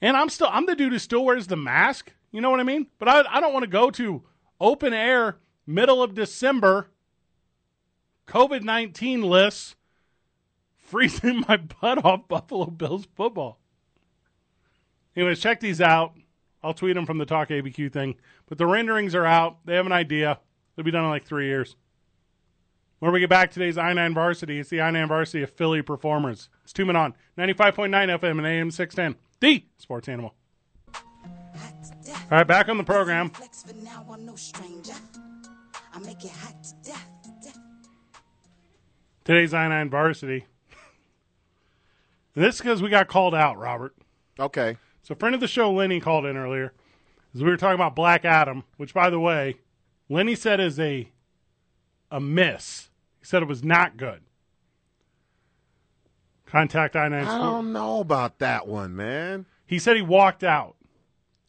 A: And I'm still, I'm the dude who still wears the mask. You know what I mean? But I, I don't want to go to open air, middle of December, COVID 19 lists, freezing my butt off Buffalo Bills football. Anyways, check these out. I'll tweet them from the Talk ABQ thing. But the renderings are out. They have an idea. They'll be done in like three years. When we get back, today's I 9 Varsity. It's the I 9 Varsity of Philly Performers. It's two men on 95.9 FM and AM 610. The Sports Animal.
E: hot to death.
A: All right, back on the program.
E: Flex for now, I'm no stranger. I make it hot to death. death.
A: Today's I 9 Varsity. this is because we got called out, Robert.
B: Okay.
A: So, friend of the show, Lenny, called in earlier as we were talking about Black Adam, which, by the way, Lenny said is a a miss. He said it was not good. Contact I
B: I
A: nine.
B: don't know about that one, man.
A: He said he walked out.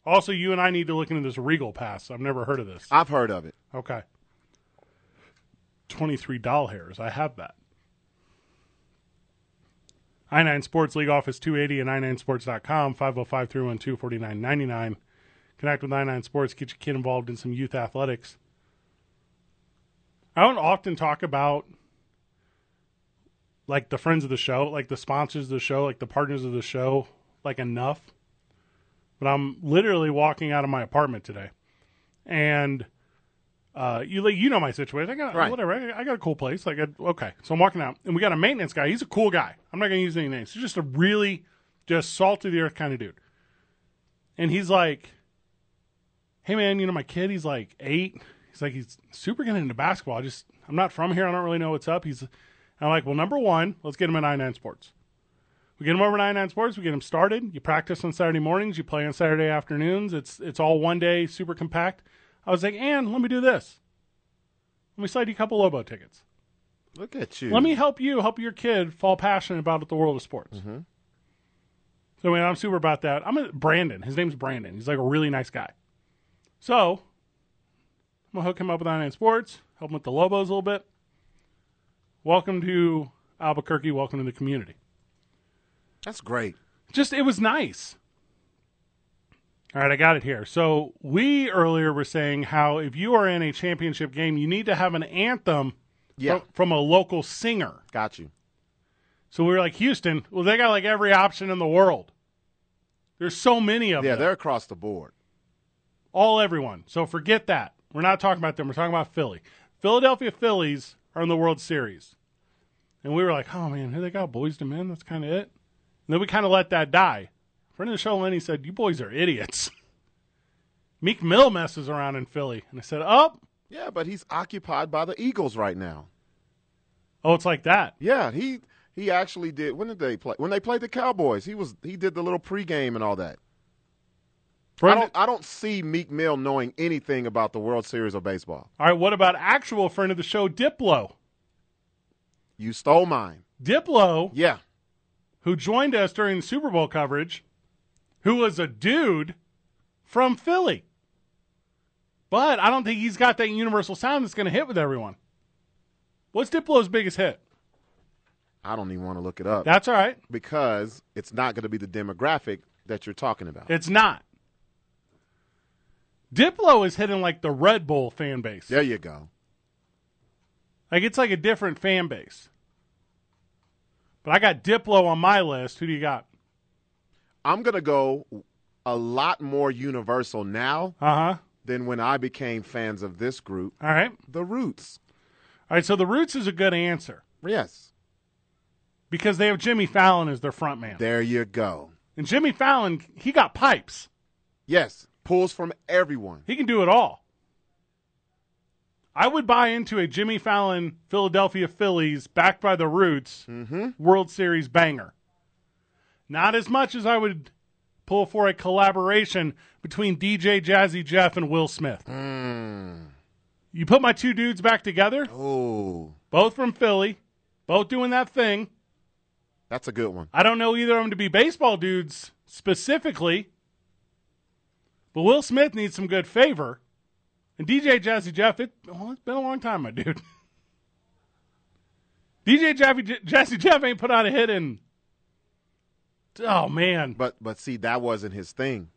A: Also, you and I need to look into this Regal Pass. I've never heard of this.
B: I've heard of it.
A: Okay. Twenty-three doll hairs. I have that. I nine Sports League Office two eighty and i nine sports.com 505 312 4999. Connect with i nine Sports. Get your kid involved in some youth athletics. I don't often talk about like the friends of the show, like the sponsors of the show, like the partners of the show, like enough. But I'm literally walking out of my apartment today, and uh, you like you know my situation. I got
B: Right.
A: whatever. I, I got a cool place. Like I, okay, so I'm walking out, and we got a maintenance guy. He's a cool guy. I'm not gonna use any names. He's just a really just salt of the earth kind of dude. And he's like, "Hey man, you know my kid. He's like eight. He's like he's super getting into basketball. I just I'm not from here. I don't really know what's up. He's and I'm like, well, number one, let's get him at 99 Sports. We get him over 99 Sports. We get him started. You practice on Saturday mornings. You play on Saturday afternoons. It's it's all one day, super compact. I was like, and let me do this. Let me slide you a couple Lobo tickets.
B: Look at you.
A: Let me help you help your kid fall passionate about the world of sports. So man, I'm super about that. I'm a, Brandon. His name's Brandon. He's like a really nice guy. So I'm gonna hook him up with Nine Sports. Help him with the Lobos a little bit. Welcome to Albuquerque. Welcome to the community.
B: That's great.
A: Just it was nice. All right, I got it here. So we earlier were saying how if you are in a championship game, you need to have an anthem
B: Yeah.
A: from, from a local singer.
B: Got you.
A: So we were like, Houston, well, they got like every option in the world. There's so many of
B: Yeah,
A: them.
B: they're across the board.
A: all everyone. So forget that. We're not talking about them. We're talking about Philly. Philadelphia Phillies are in the World Series. And we were like, oh man, here they got boys to men. That's kind of it. And then we kind of let that die. Friend of the show, Lenny said, you boys are idiots. Meek Mill messes around in Philly. And I said, oh,
B: Yeah, but he's occupied by the Eagles right now.
A: oh, it's like that.
B: Yeah, he he actually did. When did they play? When they played the Cowboys, he was he did the little pregame and all that. I
A: Friend-
B: don't I don't see Meek Mill knowing anything about the World Series of baseball.
A: all right, what about actual friend of the show, Diplo?
B: You stole mine.
A: Diplo,
B: Yeah,
A: who joined us during the Super Bowl coverage, who was a dude from Philly. But I don't think he's got that universal sound that's going to hit with everyone. What's Diplo's biggest hit?
B: I don't even want to look it up
A: That's all right.
B: because it's not going to be the demographic that you're talking about.
A: It's not. Diplo is hitting like the Red Bull fan base.
B: there you go.
A: Like it's like a different fan base. But I got Diplo on my list. Who do you got?
B: I'm going to go a lot more universal now
A: Uh huh.
B: than when I became fans of this group,
A: All right.
B: The Roots.
A: All right. So the Roots is a good answer
B: Yes.
A: because they have Jimmy Fallon as their front man.
B: There you go.
A: And Jimmy Fallon, he got pipes.
B: Yes. Pulls from everyone.
A: He can do it all. I would buy into a Jimmy Fallon Philadelphia Phillies backed by the roots World Series banger. Not as much as I would pull for a collaboration between DJ Jazzy Jeff and Will Smith. You put my two dudes back together,
B: Oh,
A: both from Philly, both doing that thing.
B: that's a good one.
A: I don't know either of them to be baseball dudes specifically, but Will Smith needs some good favor. And DJ Jazzy Jeff, it, well, it's been a long time, my dude. DJ Jazzy, Jazzy Jeff ain't put out a hit in. Oh, man.
B: But but see, that wasn't his thing.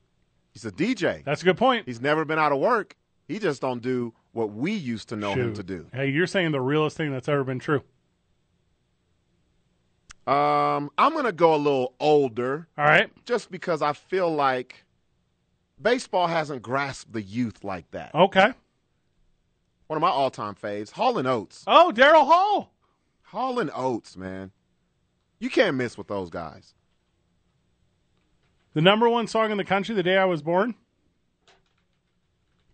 B: He's a DJ.
A: That's a good point.
B: He's never been out of work. He just don't do what we used to know him
A: Shoot.
B: to do.
A: Hey, you're saying the realest thing that's ever been true.
B: Um, I'm gonna go a little older
A: All right.
B: just because I feel like baseball hasn't grasped the youth like that.
A: Okay.
B: One of my all-time faves, Hall and Oates.
A: Oh, Daryl Hall.
B: Hall and Oates, man, you can't miss with those guys.
A: The number one song in the country the day I was born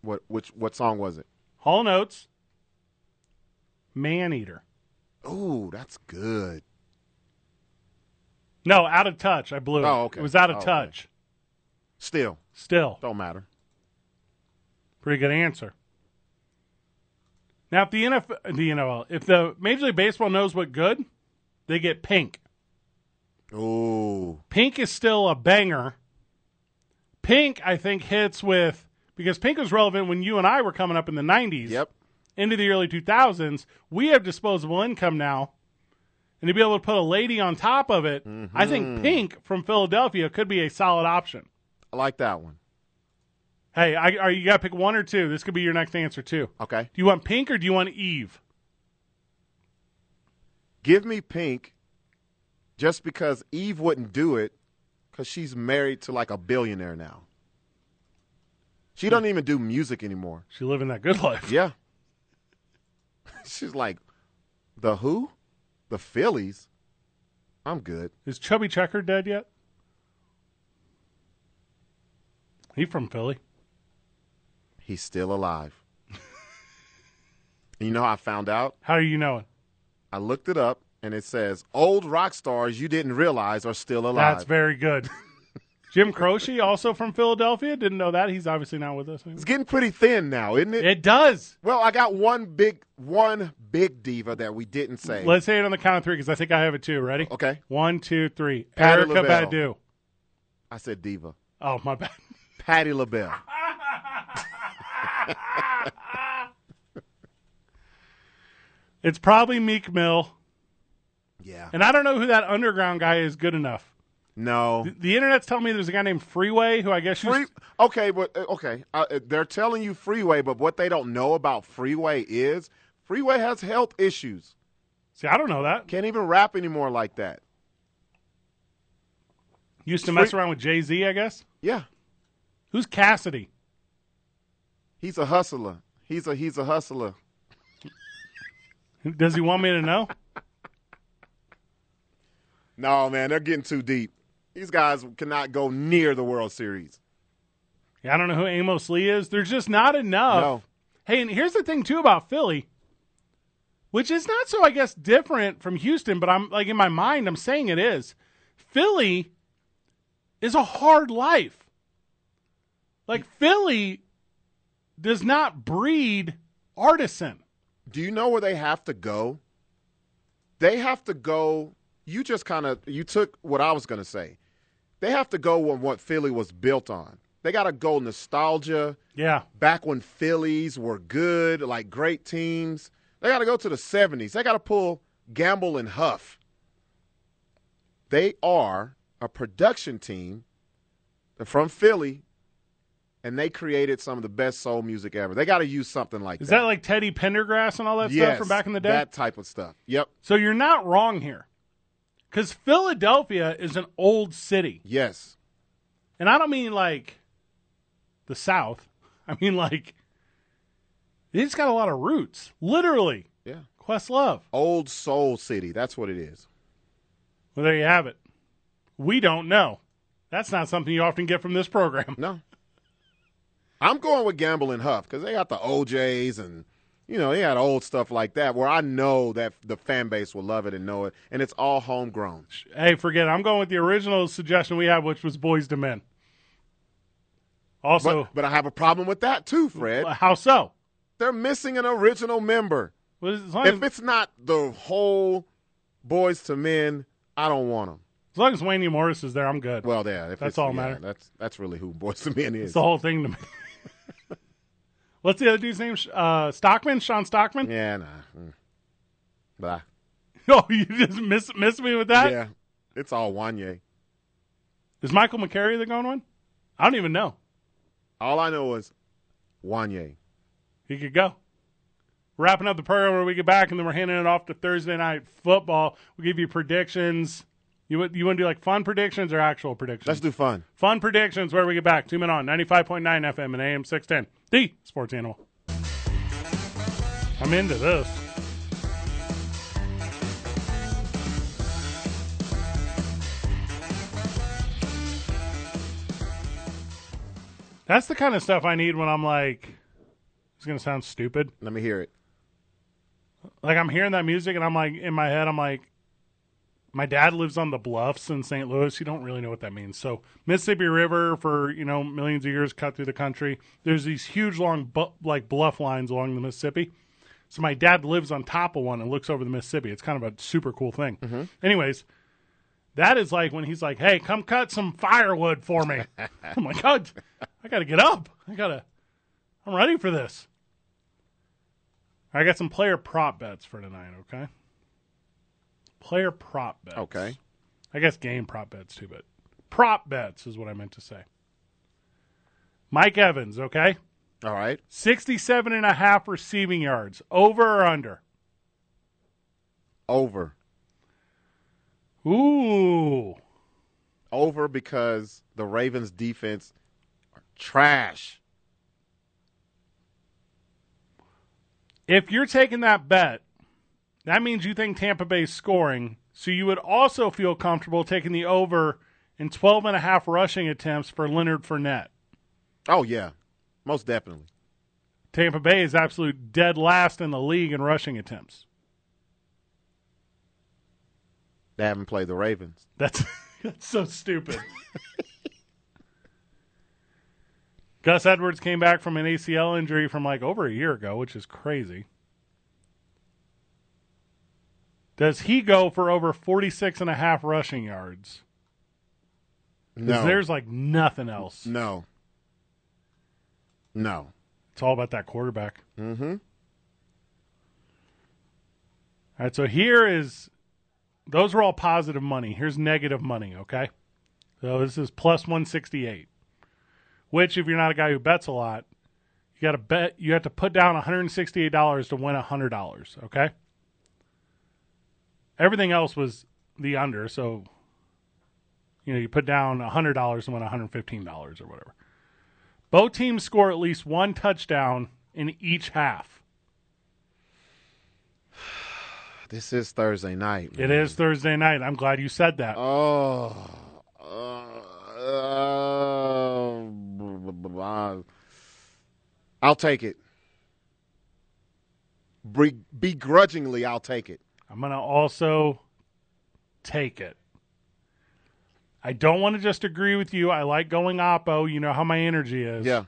B: What which what song was it?
A: Hall and Oates, Man Eater.
B: Ooh, that's good.
A: No, out of touch. I blew it.
B: Oh, okay.
A: It was out of
B: Oh, okay.
A: touch.
B: Still,
A: Still,
B: don't matter.
A: pretty good answer. Now, if the NFL, the NFL, if the Major League Baseball knows what good, they get pink.
B: Ooh,
A: Pink is still a banger. Pink, I think, hits with because pink was relevant when you and I were coming up in the '90s,
B: yep.
A: into the early 2000s. We have disposable income now, and to be able to put a lady on top of it, I
B: Mm-hmm.
A: think pink from Philadelphia could be a solid option.
B: I like that one.
A: Hey, I, are you got to pick one or two. This could be your next answer too.
B: Okay.
A: Do you want pink or do you want Eve?
B: Give me pink just because Eve wouldn't do it because she's married to like a billionaire now. She doesn't even do music anymore.
A: She living that good life.
B: Yeah. she's like, the who? The Phillies? I'm good.
A: Is Chubby Checker dead yet? He from Philly.
B: He's still alive. and you know how I found out?
A: How do you know it?
B: I looked it up and it says old rock stars you didn't realize are still alive.
A: That's very good. Jim Croce, also from Philadelphia, didn't know that. He's obviously not with us anymore.
B: it's getting pretty thin now, isn't it?
A: It does.
B: Well, I got one big one big diva that we didn't say.
A: Let's say it on the count of three because I think I have it too. Ready?
B: okay.
A: One, two, three.
B: Patti
A: Erica
B: LaBelle.
A: Badu.
B: I said diva.
A: Oh my bad.
B: Patty LaBelle.
A: It's probably Meek Mill,
B: Yeah.
A: and I don't know who that underground guy is. Good enough.
B: No.
A: The internet's telling me there's a guy named Freeway who I guess
B: Free,
A: used,
B: okay, but uh, okay, uh, uh, they're telling you freeway, but what they don't know about freeway is freeway has health issues.
A: see I don't know that.
B: Can't even rap anymore like that.
A: Used to mess around with Jay Z, I guess.
B: Yeah,
A: Who's Cassidy?
B: he's a hustler. He's a he's a hustler.
A: Does he want me to know?
B: No, man, they're getting too deep. These guys cannot go near the World Series.
A: Yeah, I don't know who Amos Lee is. There's just not enough.
B: No.
A: Hey, and here's the thing too about Philly, which is not so I guess different from Houston, but I'm like in my mind I'm saying it is. Philly is a hard life. Like Philly does not breed artisan.
B: Do you know where they have to go? They have to go. You just kind of you took what I was going to say. They have to go on what Philly was built on. They got to go nostalgia.
A: Yeah.
B: back when Phillies were good, like great teams. They got to go to the 70s. They got to pull Gamble and Huff. They are a production team They're from Philly, and they created some of the best soul music ever. They got to use something like
A: Is
B: that.
A: that like Teddy Pendergrass and all that stuff
B: Yes,
A: from back in the day?
B: That type of stuff. Yep.
A: So you're not wrong here. Cuz Philadelphia is an old city.
B: Yes.
A: And I don't mean like the South. I mean like it's got a lot of roots. Literally.
B: Yeah.
A: Questlove.
B: Old Soul City. That's what it is.
A: Well, there you have it. We don't know. That's not something you often get from this program.
B: No. I'm going with Gamble and Huff because they got the OJs and, you know, they had old stuff like that where I know that the fan base will love it and know it. And it's all homegrown.
A: Hey, forget it. I'm going with the original suggestion we had, which was Boys to Men. Also,
B: But, but I have a problem with that too, Fred.
A: how so?
B: They're missing an original member.
A: Well, As long as,
B: If it's not the whole boys to men, I don't want them.
A: as long as Wayne E. Morris is there, I'm good.
B: Well, yeah, if
A: That's
B: it's-
A: all
B: yeah,
A: matter.
B: That's that's really who boys to men is.
A: It's the whole thing to me. What's the other dude's name? Uh, Stockman? Sean Stockman?
B: yeah, nah. Mm. Blah.
A: Oh, you just miss miss me with that? Is
B: yeah, it's all Wanye.
A: Michael McCary the going one? I don't even know.
B: All I know is Wanye.
A: He could go. Wrapping up the program when we get back, and then we're handing it off to Thursday night football. We'll give you predictions. You want- you want to do like fun predictions or actual predictions?
B: Let's do fun.
A: fun predictions where we get back. Two men on 95.9 FM and AM 610. The Sports Animal. I'm into this. That's the kind of stuff I need when I'm like, it's going to sound stupid.
B: Let me hear it.
A: Like, I'm hearing that music and I'm like, in my head, I'm like, my dad lives on the bluffs in St. Louis. You don't really know what that means. So Mississippi River for you know millions of years cut through the country. There's these huge long bu- like bluff lines along the Mississippi. So my dad lives on top of one and looks over the Mississippi. It's kind of a super cool thing. Anyways, that is like when he's like, "Hey, come cut some firewood for me." I'm like, "God, I gotta get up. I gotta. I'm ready for this." I got some player prop bets for tonight. Okay. Player prop bets.
B: Okay.
A: I guess game prop bets too, but prop bets is what I meant to say. Mike Evans, okay?
B: All right.
A: 67 and a half receiving yards, over or under?
B: Over.
A: Ooh.
B: Over because the Ravens defense are trash.
A: If you're taking that bet, that means you think Tampa Bay's scoring, so you would also feel comfortable taking the over in 12 and a half rushing attempts for Leonard Fournette.
B: Oh yeah. Most definitely.
A: Tampa Bay is absolute dead last in the league in rushing attempts.
B: They haven't played the Ravens.
A: That's that's so stupid. Gus Edwards came back from an ACL injury from like over a year ago, which is crazy. Does he go for over 46 and a half rushing yards? 'Cause
B: No.
A: There's like nothing else.
B: no. No.
A: It's all about that quarterback. Mm-hmm. All right, so here is those were all positive money. Here's negative money, okay? So this is plus one sixty eight. Which if you're not a guy who bets a lot, you gotta bet you have to put down $168 to win hundred dollars, okay? Everything else was the under, so You know, you put down hundred dollars and win one hundred fifteen dollars or whatever. Both teams score at least one touchdown in each half.
B: This is Thursday night.
A: It is Thursday night. I'm glad you said that.
B: Oh. Uh, uh, blah, blah, blah, blah. I'll take it. Be- begrudgingly, I'll take it.
A: I'm going to also take it. I don't want to just agree with you. I like going oppo. You know how my energy is.
B: Yeah.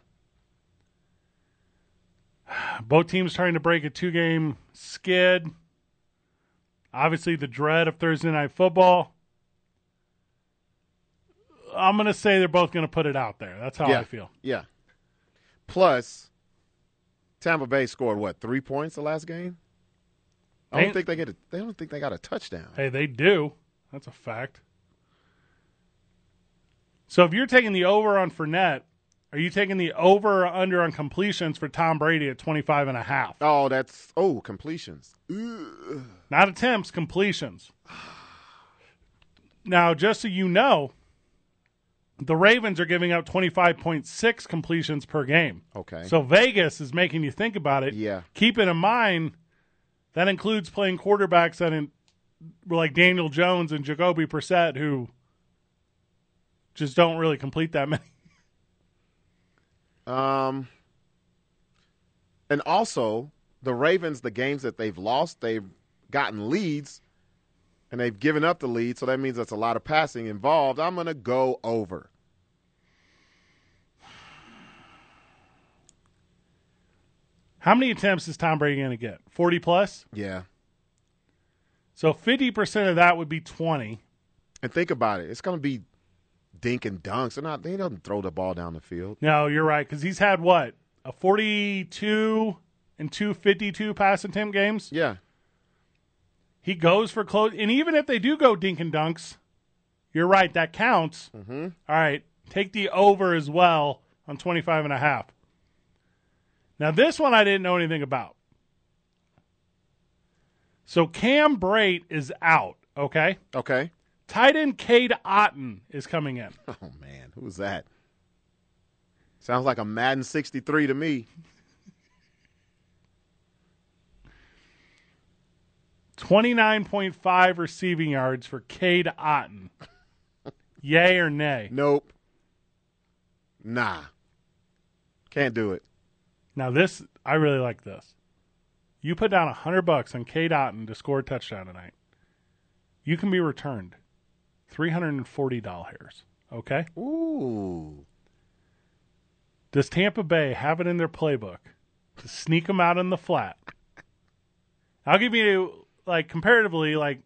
A: Both teams trying to break a two game skid. Obviously, the dread of Thursday night football. I'm going to say they're both going to put it out there. That's how
B: yeah.
A: I feel.
B: Yeah. Plus, Tampa Bay scored what three points the last game. I
A: They-
B: don't think they get. A, they don't think they got a touchdown.
A: Hey, they do. That's a fact. So if you're taking the over on Fournette, are you taking the over or under on completions for Tom Brady at 25 and a half?
B: Oh, that's oh completions.
A: Not attempts, completions. Now, just so you know, the Ravens are giving up 25.6 completions per game.
B: Okay.
A: So Vegas is making you think about it.
B: Yeah.
A: Keep it in mind that includes playing quarterbacks that in, like Daniel Jones and Jacoby Brissett who just don't really complete that many.
B: Um, and also the Ravens, the games that they've lost, they've gotten leads, and they've given up the lead. So that means that's a lot of passing involved. I'm gonna go over.
A: How many attempts is Tom Brady going to get? 40 plus?
B: Yeah.
A: So 50% of that would be 20.
B: And think about it. It's gonna be dink and dunks. They're not. They don't throw the ball down the field.
A: No, you're right cuz he's had what? A 42 and 252 pass attempt games.
B: Yeah.
A: He goes for close, and even if they do go dink and dunks, you're right, that counts. Mm-hmm. right, take the over as well on 25 and a half. Now, this one I didn't know anything about. So Cam Brate is out, okay?
B: Okay.
A: Tight end Cade Otten is coming in.
B: Oh man, who was that? Sounds like a Madden 63 to me.
A: 29.5 receiving yards for Cade Otten. Yay or nay?
B: Nope. Nah. Can't do it.
A: Now this I really like this. You put down a hundred bucks on K Dotton to score a touchdown tonight. You can be returned three hundred and forty dollars. Okay?
B: Ooh.
A: Does Tampa Bay have it in their playbook to sneak them out in the flat? I'll give you like comparatively, like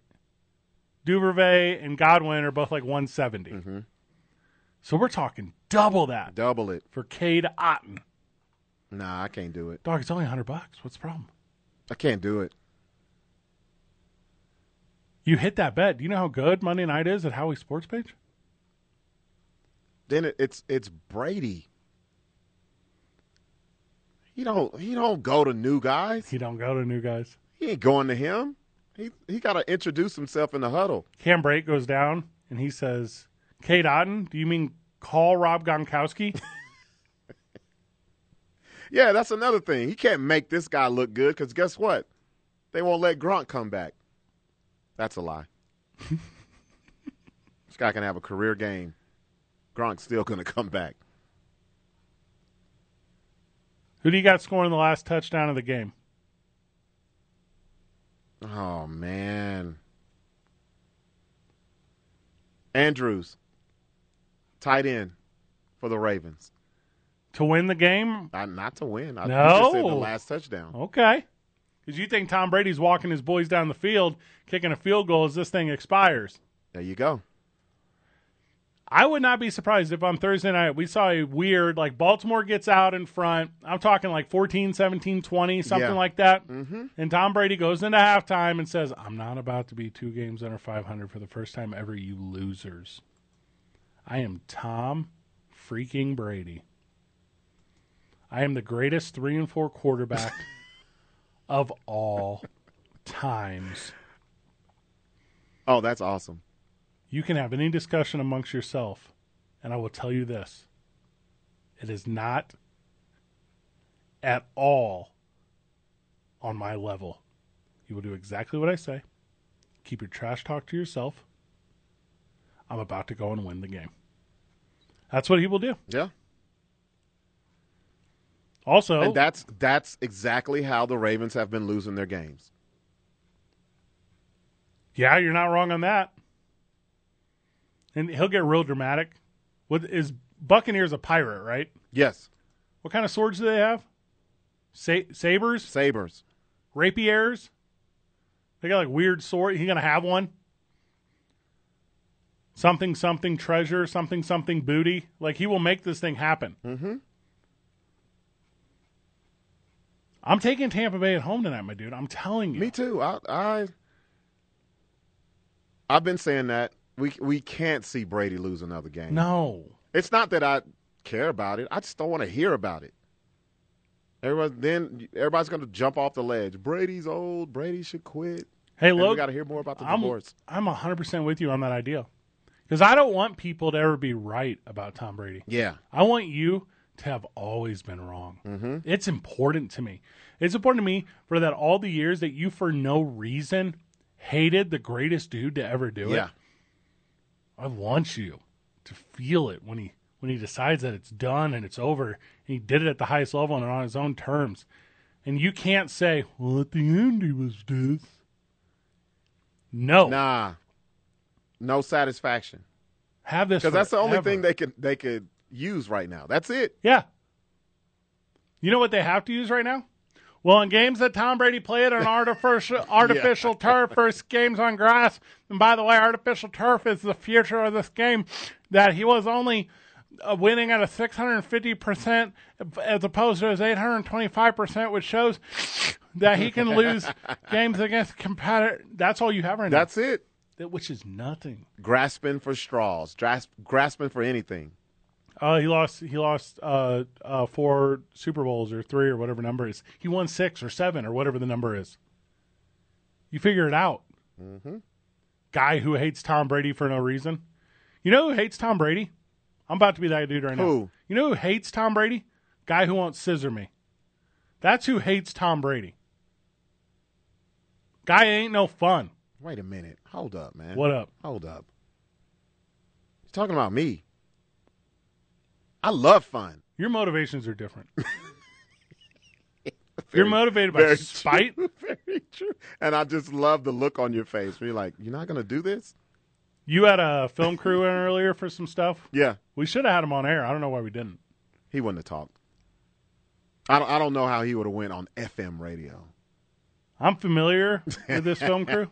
A: Duvervey and Godwin are both like one So we're talking double that
B: Double it.
A: for Cade Otten.
B: Nah, I can't do it.
A: Dog, it's only hundred bucks. What's the problem?
B: I can't do it.
A: You hit that bet. Do you know how good Monday night is at Howie Sports Page?
B: Then it, it's it's Brady. He don't he don't go to new guys.
A: He don't go to new guys.
B: He ain't going to him. He he got to introduce himself in the huddle.
A: Cam Brake goes down and he says, Kate Otten, do you mean call Rob Gronkowski?
B: Yeah, that's another thing. He can't make this guy look good because guess what? They won't let Gronk come back. That's a lie. this guy can have a career game. Gronk's still going to come back.
A: Who do you got scoring the last touchdown of the game?
B: Oh, man. Andrews, tight end for the Ravens.
A: To win the game?
B: Not, not to win. I you
A: No.
B: just said the last touchdown.
A: Okay. Because you think Tom Brady's walking his boys down the field, kicking a field goal as this thing expires.
B: There you go.
A: I would not be surprised if on Thursday night we saw a weird, like Baltimore gets out in front. I'm talking like 14, 17, 20, something
B: Yeah.
A: like that. Mm-hmm. And Tom Brady goes into halftime and says, I'm not about to be two games under 500 for the first time ever, you losers. I am Tom freaking Brady. I am the greatest three and four quarterback of all times.
B: Oh, that's awesome.
A: You can have any discussion amongst yourself, and I will tell you this it is not at all on my level. You will do exactly what I say, keep your trash talk to yourself. I'm about to go and win the game. That's what he will do.
B: Yeah.
A: Also,
B: And that's that's exactly how the Ravens have been losing their games.
A: Yeah, you're not wrong on that. And he'll get real dramatic. What is Buccaneers a pirate, right?
B: Yes.
A: What kind of swords do they have? Sa- sabers,
B: Sabres.
A: rapiers. They got like weird sword. He gonna have one. Something, something treasure, something, something booty. Like he will make this thing happen. Mm-hmm. I'm taking Tampa Bay at home tonight, my dude. I'm telling you.
B: Me too. I, I I've been saying that we we can't see Brady lose another game.
A: No.
B: It's not that I care about it. I just don't want to hear about it. Everybody, then everybody's going to jump off the ledge. Brady's old. Brady should quit.
A: Hey,
B: And we
A: Logan.
B: got to hear more about the
A: I'm,
B: divorce.
A: I'm 100% with you on that idea. Because I don't want people to ever be right about Tom Brady.
B: Yeah,
A: I want you to have always been wrong. Mm-hmm. It's important to me. It's important to me for that all the years that you, for no reason, hated the greatest dude to ever do
B: yeah.
A: it. I want you to feel it when he when he decides that it's done and it's over. And he did it at the highest level and on his own terms. And you can't say, "Well, at the end he was this." No,
B: Nah, no satisfaction
A: have this
B: because that's the only
A: forever.
B: thing they could they could use right now. That's it.
A: Yeah. You know what they have to use right now? Well, in games that Tom Brady played on artificial artificial turf versus games on grass, and by the way, artificial turf is the future of this game. That he was only uh, winning at a 650% as opposed to his 825%, which shows that he can lose games against competitor. That's all you have right
B: That's it.
A: now, That- which is nothing.
B: Grasping for straws, grasp, grasping for anything.
A: Uh, he lost. He lost uh, uh, four Super Bowls or three or whatever number it is. He won six or seven or whatever the number is. You figure it out. Mm-hmm. Guy who hates Tom Brady for no reason. You know who hates Tom Brady? I'm about to be that dude right now.
B: Who?
A: You know who hates Tom Brady? Guy who won't scissor me. That's who hates Tom Brady. Guy ain't no fun.
B: Wait a minute. Hold up, man.
A: What up?
B: Hold up. You're talking about me. I love fun.
A: Your motivations are different. You're motivated by
B: very
A: spite.
B: Very true. And I just love the look on your face. Where you're like, you're not going to do this?
A: You had a film crew in earlier for some stuff.
B: Yeah.
A: We should have had him on air. I don't know why we didn't.
B: He wouldn't have talked. I don't, I don't know how he would have went on FM radio.
A: I'm familiar with this film crew.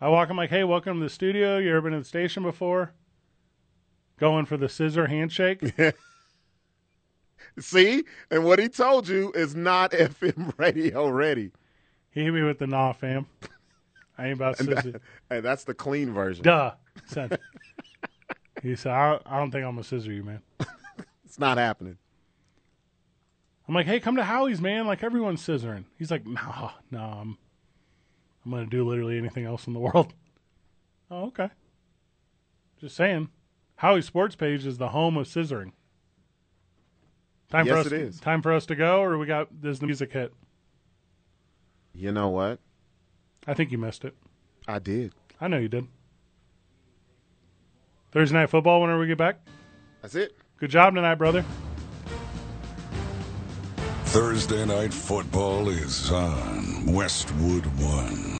A: I walk. I'm like, hey, welcome to the studio. You ever been to the station before? Going for the scissor handshake.
B: See? And what he told you is not FM radio ready.
A: he hit me with the nah, fam. I ain't about scissor.
B: Hey, that's the clean version.
A: Duh. Said. He said, I, I don't think I'm gonna scissor you, man.
B: It's not happening.
A: I'm like, hey, come to Howie's, man. Like everyone's scissoring. He's like, nah, nah, I'm, I'm gonna do literally anything else in the world. Oh, okay. Just saying, Howie Sports Page is the home of scissoring. Time for
B: Yes,
A: us.
B: it is.
A: Time for us to go, or we got there's the music hit.
B: You know what?
A: I think you missed it.
B: I did.
A: I know you did. Thursday night football. Whenever we get back,
B: That's it.
A: good job tonight, brother.
F: Thursday Night Football is on Westwood One.